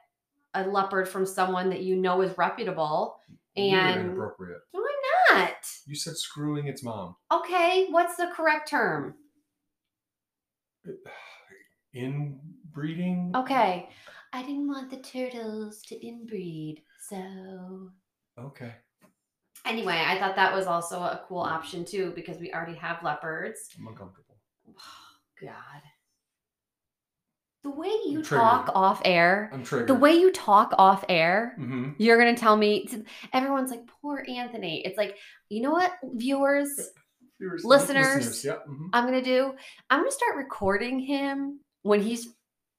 a leopard from someone that you know is reputable? Weird and and- inappropriate. No, I'm not. You said screwing its mom. Okay, what's the correct term? inbreeding. Okay. I didn't want the turtles to inbreed. So Okay. anyway, I thought that was also a cool option too because we already have leopards. I'm uncomfortable. God. The way you I'm triggered. talk off air, I'm triggered. the way you talk off air, hmm you're going to tell me everyone's like, poor Anthony. It's like, you know what, viewers, Listeners. Yeah. mhm. I'm going to do? I'm going to start recording him when he's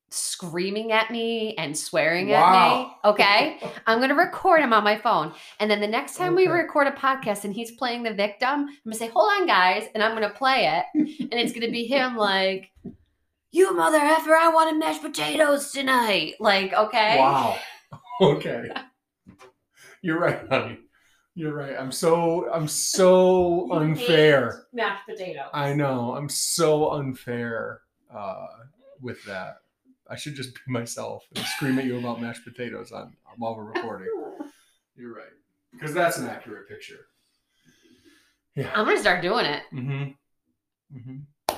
screaming at me and swearing Wow. at me. Okay. I'm going to record him on my phone. And then the next time we Okay. record a podcast and he's playing the victim, I'm going to say, hold on, guys. And I'm going to play it. And it's going to be him like, you mother effer, I wanted mashed potatoes tonight. Like, okay. Wow. Okay. You're right, honey. You're right. I'm so I'm so You hate unfair. Mashed potatoes. I know. I'm so unfair uh, with that. I should just be myself and scream at you about mashed potatoes on while we're recording. You're right. Because that's an accurate picture. Yeah. I'm going to start doing it. Mm-hmm. Mm-hmm.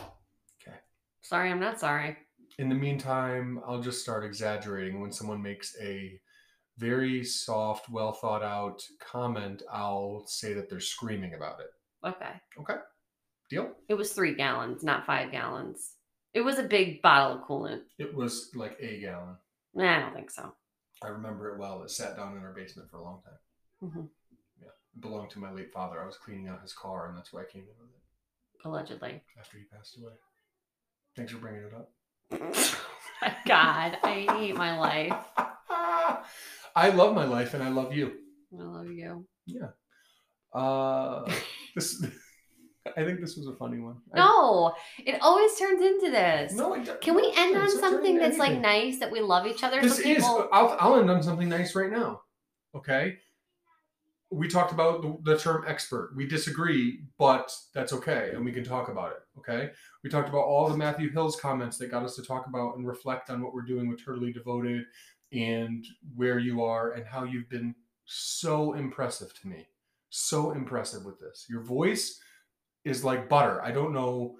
Sorry, I'm not sorry. In the meantime, I'll just start exaggerating. When someone makes a very soft, well thought out comment, I'll say that they're screaming about it. Okay. Deal? It was three gallons, not five gallons. It was a big bottle of coolant. It was like a gallon. Nah, I don't think so. I remember it well. It sat down in our basement for a long time. Mhm. Yeah. It belonged to my late father. I was cleaning out his car, and that's why I came in with it Allegedly. after he passed away. Thanks for bringing it up. Oh My God, I hate my life. Ah! I love my life, and I love you. I love you. Uh, this, I think this was a funny one. I- No, it always turns into this. no, I don't- Can we no, end on it's not something turning that's like anything. nice that we love each other? This so is. uh, people, I'll, I'll end on something nice right now. Okay. We talked about the, the term expert. We disagree, but that's okay, and we can talk about it. Okay. We talked about all the Matthew Hill's comments that got us to talk about and reflect on what we're doing with Turtly Devoted, and where you are, and how you've been so impressive to me. So impressive with this. Your voice is like butter. I don't know.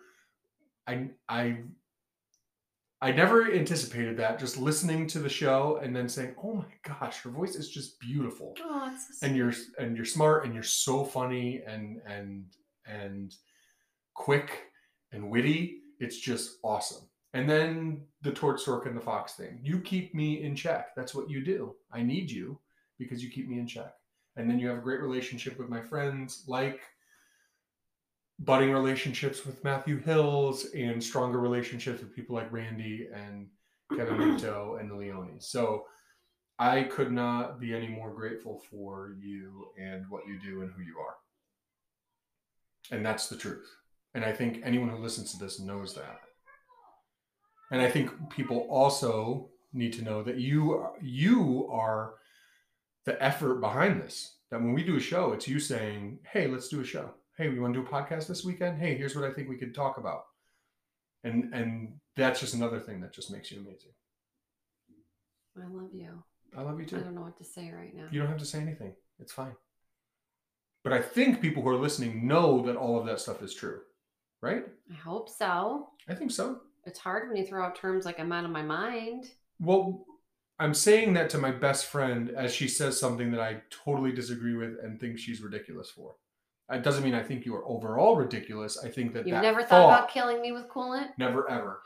I I I never anticipated that. Just listening to the show and then saying, "Oh my gosh, your voice is just beautiful." Oh, it's so and you're and you're smart and you're so funny and and and quick and witty it's just awesome and then the torch stork and the fox thing you keep me in check that's what you do i need you because you keep me in check and then you have a great relationship with my friends like budding relationships with matthew hills and stronger relationships with people like randy and kevin Minto and the leones so I could not be any more grateful for you and what you do and who you are. And that's the truth. And I think anyone who listens to this knows that. And I think people also need to know that you are- you are the effort behind this. That when we do a show, it's you saying, "Hey, let's do a show. Hey, we want to do a podcast this weekend. Hey, here's what I think we could talk about." And and that's just another thing that just makes you amazing. I love you. I love you too. I don't know what to say right now. You don't have to say anything. It's fine. But I think people who are listening know that all of that stuff is true, right? I hope so. I think so. It's hard when you throw out terms like I'm out of my mind. Well, I'm saying that to my best friend as she says something that I totally disagree with and think she's ridiculous for. It doesn't mean I think you are overall ridiculous. I think that You've that never thought thought, about killing me with coolant? never ever.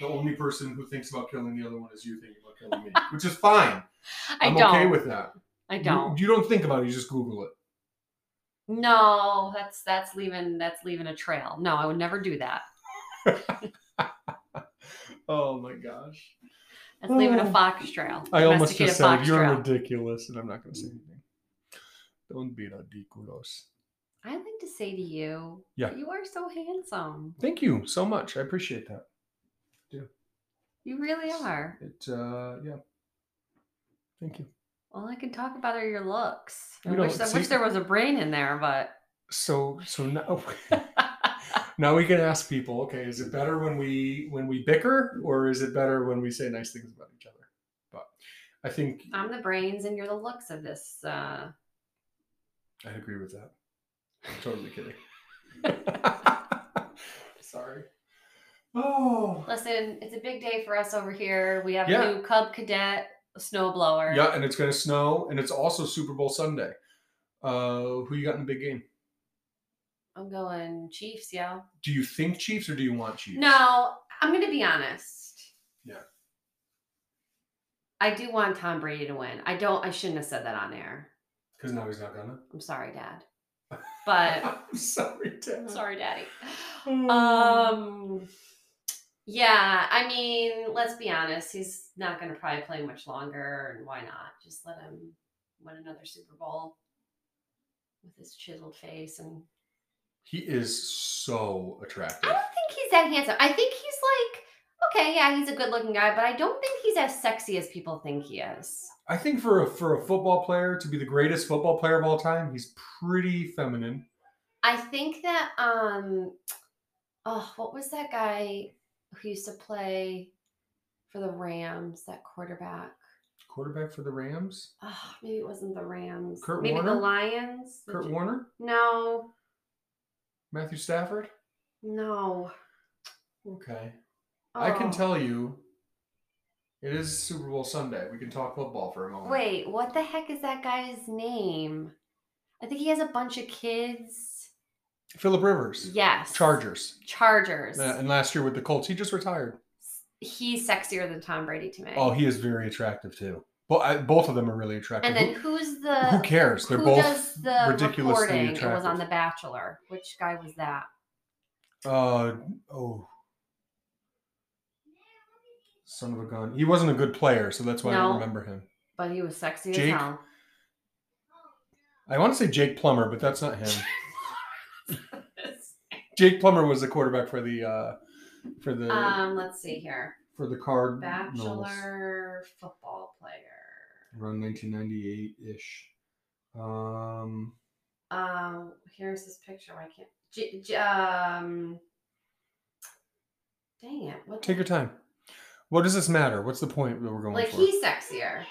The only person who thinks about killing the other one is you thinking about killing me, which is fine. I am don't. okay with that. I You- don't. You, don't think about it. You just Google it. No, that's that's leaving that's leaving a trail. No, I would never do that. Oh my gosh. That's leaving a Oh. fox trail. I almost Domesticated just said fox you're trail. ridiculous, and I'm not going to say anything. Don't be ridiculous. I like to say to you, Yeah. you are so handsome. Thank you so much. I appreciate that. You really are. It, uh, yeah. Thank you. All I can talk about are your looks. I You wish, don't I wish see- there was a brain in there, but So, so now, now we can ask people. Okay, is it better when we when we bicker, or is it better when we say nice things about each other? But I think I'm the brains and you're the looks of this. Uh, I agree with that. I'm totally kidding. Sorry. Oh. listen, it's a big day for us over here. We have Yeah. a new Cub Cadet snowblower. Yeah, and it's going to snow, and it's also Super Bowl Sunday. Uh, who you got in the big game? I'm going Chiefs, yo. Do you think Chiefs or do you want Chiefs? No, I'm going to be honest. Yeah. I do want Tom Brady to win. I don't, I shouldn't have said that on air. because now he's not gonna. I'm sorry, Dad. But I'm sorry, Tim. sorry, Daddy. Oh. Mm. Um, yeah, I mean, let's be honest. He's not going to probably play much longer, and why not? Just let him win another Super Bowl with his chiseled face. And He is so I attractive. don't think he's that handsome. I think he's like, okay, yeah, he's a good-looking guy, but I don't think he's as sexy as people think he is. I think for a for a football player to be the greatest football player of all time, he's pretty feminine. I think that um oh, what was that guy who used to play for the Rams, that quarterback? Quarterback for the Rams, Oh, maybe it wasn't the Rams. Kurt maybe Warner? the Lions. Kurt Warner, No, Matthew Stafford. no. Okay, I Oh, can tell you, it is Super Bowl Sunday. We can talk football for a moment. Wait, what the heck is that guy's name? I think he has a bunch of kids. Philip Rivers, Yes. Chargers, Chargers. Uh, and last year with the Colts, he just retired. He's sexier than Tom Brady to me. Oh, he is very attractive too. Well, I, both of them are really attractive. and then who's the who, who cares? They're who does both the ridiculously reporting? attractive. It was on The Bachelor. Which guy was that? Uh oh. Son of a gun. He wasn't a good player, so that's why I No. don't remember him. But he was sexy Jake? as hell. I want to say Jake Plummer, but that's not him. Jake Plummer was the quarterback for the uh for the um, let's see here. for the card Bachelor football player. around 1998-ish. Um Um, here's his picture. Why can't? J- J- um, dang it! What the- take your time. What does this matter? What's the point that we're going like? for? He's sexier.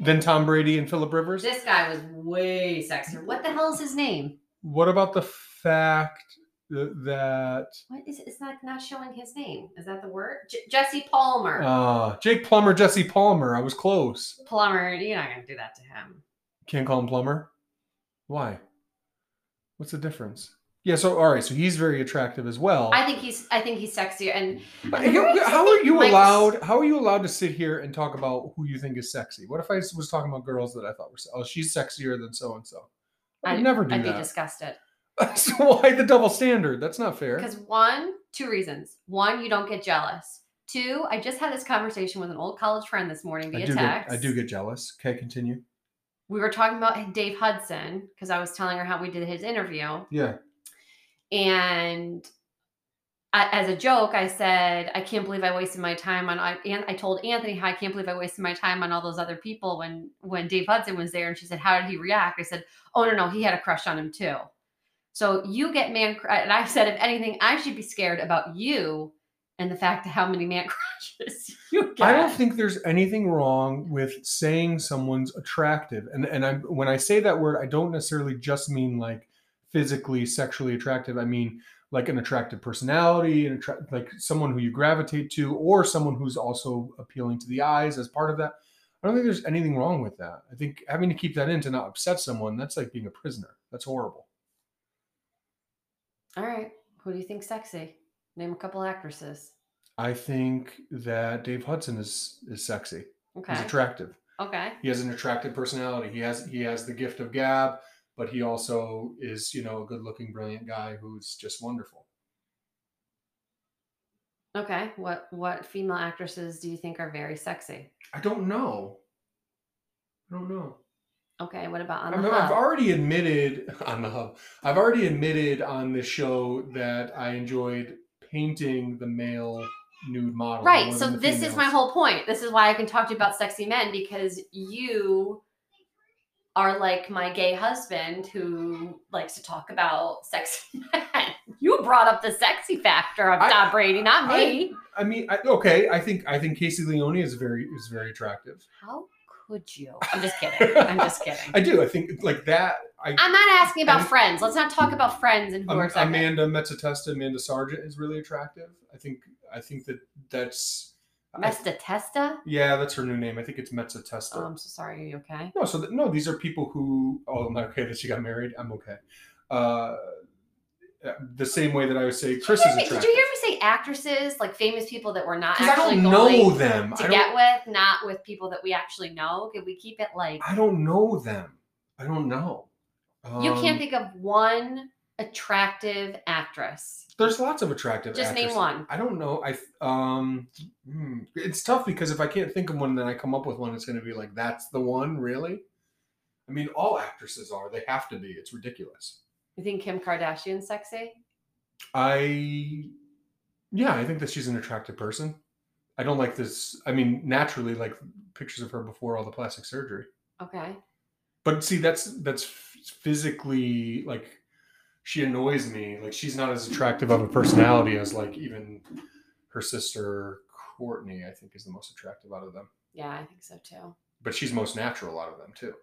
Then Tom Brady and Philip Rivers. This guy was way sexier. What the hell is his name? What about the fact th- that What is it's not not showing his name? Is that the word? J- Jesse Palmer. uh, Jake Plummer, Jesse Palmer? I was close. Plummer. You're not gonna do that to him. Can't call him Plummer. Why? What's the difference? Yeah. So all right. So he's very attractive as well. I think he's I think he's sexier and But And you- I also how are think you Mike's- allowed? How are you allowed to sit here and talk about who you think is sexy? What if I was talking about girls that I thought were se- oh she's sexier than so and so? I would never do I'd be that. disgusted. so why the double standard? That's not fair. Because one, two reasons. One, you don't get jealous. Two, I just had this conversation with an old college friend this morning I via do get text. I do get jealous. Okay, continue. we were talking about Dave Hudson because I was telling her how we did his interview. Yeah. And I, as a joke, I said, I can't believe I wasted my time on, I- and I told Anthony how I can't believe I wasted my time on all those other people when, when Dave Hudson was there. And she said, how did he react? I said, oh no, no, he had a crush on him too. So you get man, cr- and I said, if anything, I should be scared about you and the fact of how many man crushes you get. I don't think there's anything wrong with saying someone's attractive. And and I when I say that word, I don't necessarily just mean like physically sexually attractive. I mean like an attractive personality and attra- like someone who you gravitate to or someone who's also appealing to the eyes as part of that. I don't think there's anything wrong with that. I think having to keep that in to not upset someone, that's like being a prisoner. That's horrible. All right. Who do you think's sexy? Name a couple actresses. I think that Dave Hudson is is sexy. Okay. He's attractive. okay. he has an attractive personality. He has he has the gift of gab, but he also is you know a good looking, brilliant guy who's just wonderful. Okay. What what female actresses do you think are very sexy? I don't know. I don't know. Okay. What about on I've, the I've hub? already admitted on the hub. I've already admitted on this show that I enjoyed painting the male nude model. Right. more So than the this is my females. whole point. This is why I can talk to you about sexy men because you are like my gay husband who likes to talk about sexy men. You brought up the sexy factor of I- Tom Brady, not I- me. I mean, I, okay. I think I think Casey Leone is very is very attractive. How could you? I'm just kidding. I'm just kidding. I do. I think like that. I I'm not asking about I'm- friends. Let's not talk about friends and who Am- are sexy. Amanda Mezzatesta, Amanda Sargent is really attractive. I think I think that that's I- Mesta Testa? yeah, that's her new name. I think it's Mezzatesta. Oh, I'm so sorry. Are you okay? no, so th- no, these are people who. Oh, am I okay that she got married? I'm okay. Uh, the same way that I would say Chris is Did you hear me- attractive. Did you hear me say actresses, like famous people that we're not 'Cause I actually don't know going them. I to don't, get with, not with people that we actually know? Can we keep it like I don't know them. I don't know. Um, you can't think of one attractive actress? There's lots of attractive. Just name actresses. one. I don't know. I th- um, hmm. it's tough because if I can't think of one, then I come up with one. It's going to be like that's the one, really. I mean, all actresses are. They have to be. It's ridiculous. You think Kim Kardashian's sexy? I, yeah, I think that she's an attractive person. I don't like this. I mean, naturally, like pictures of her before all the plastic surgery. Okay. But see, that's that's physically like she annoys me. Like she's not as attractive of a personality as like even her sister Courtney. I think is the most attractive out of them. Yeah, I think so too. But she's most natural out of them too.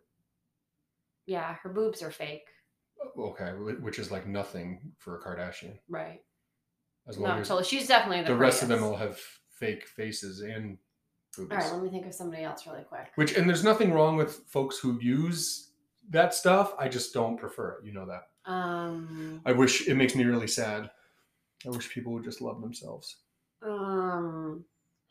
Yeah, her boobs are fake. Okay, wh- which is like nothing for a Kardashian. Right. As long No, as totally. She's definitely the, the rest of them prettiest. will have fake faces and All boobies. right, let me think of somebody else really quick. Which and there's nothing wrong with folks who use that stuff. I just don't prefer it. You know that. Um, I wish it makes me really sad. I wish people would just love themselves. um,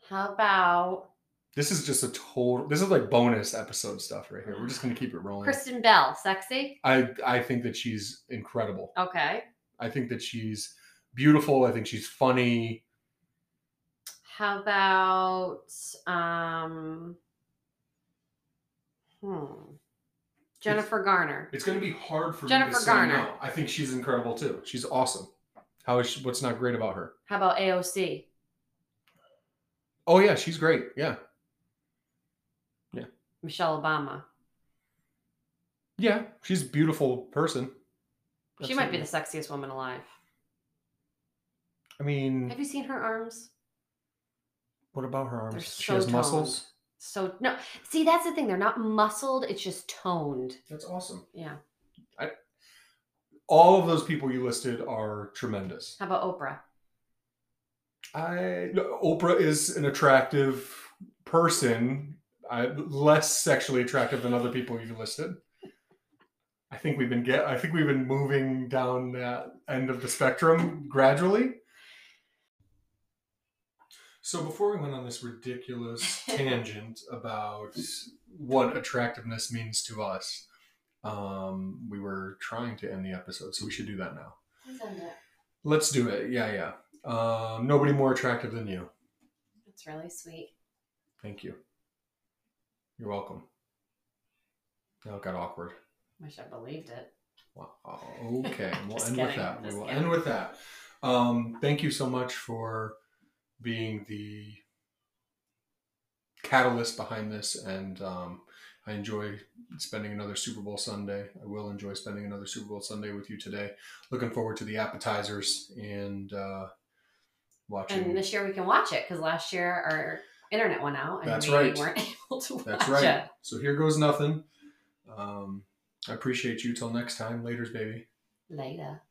how about This is just a total. This is like bonus episode stuff right here. We're just gonna keep it rolling. Kristen Bell? Sexy? I I think that she's incredible. Okay. I think that she's beautiful. I think she's funny. How about um hmm. Jennifer Garner. It's gonna be hard for me Jennifer to say Garner. no. I think she's incredible too. She's awesome. How is she, what's not great about her? How about AOC? Oh yeah, she's great. Yeah, Michelle Obama. yeah, she's a beautiful person. She might be the Absolutely. sexiest woman alive. I mean, Hmm. Have you seen her arms? what about her arms? They're she so has toned. muscles. So no, see that's the thing. They're not muscled. It's just toned. That's awesome. Yeah. All of those people you listed are tremendous. How about Oprah? I no, Oprah is an attractive person, I, less sexually attractive than other people you listed. I think we've been get. I think we've been moving down that end of the spectrum gradually. So before we went on this ridiculous tangent about what attractiveness means to us, um, we were trying to end the episode, so we should do that now. Let's do it. Yeah, yeah. Um, nobody more attractive than you. That's really sweet. Thank you. You're welcome. Now it got awkward. Wish I believed it. Wow. Okay. We'll Just end with kidding. that. We Just will kidding. end with that. Um, thank you so much for being the catalyst behind this. And um, I enjoy spending another Super Bowl Sunday. I will enjoy spending another Super Bowl Sunday with you today. Looking forward to the appetizers and uh, watching. And this year we can watch it because last year our internet went out and That's we right. weren't able to watch That's right. it. So here goes nothing. Um, I appreciate you. Till next time. Laters, baby. Later.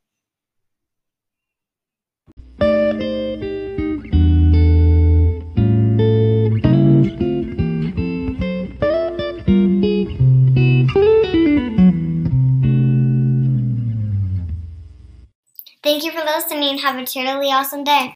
Thank you for listening. Have a totally awesome day.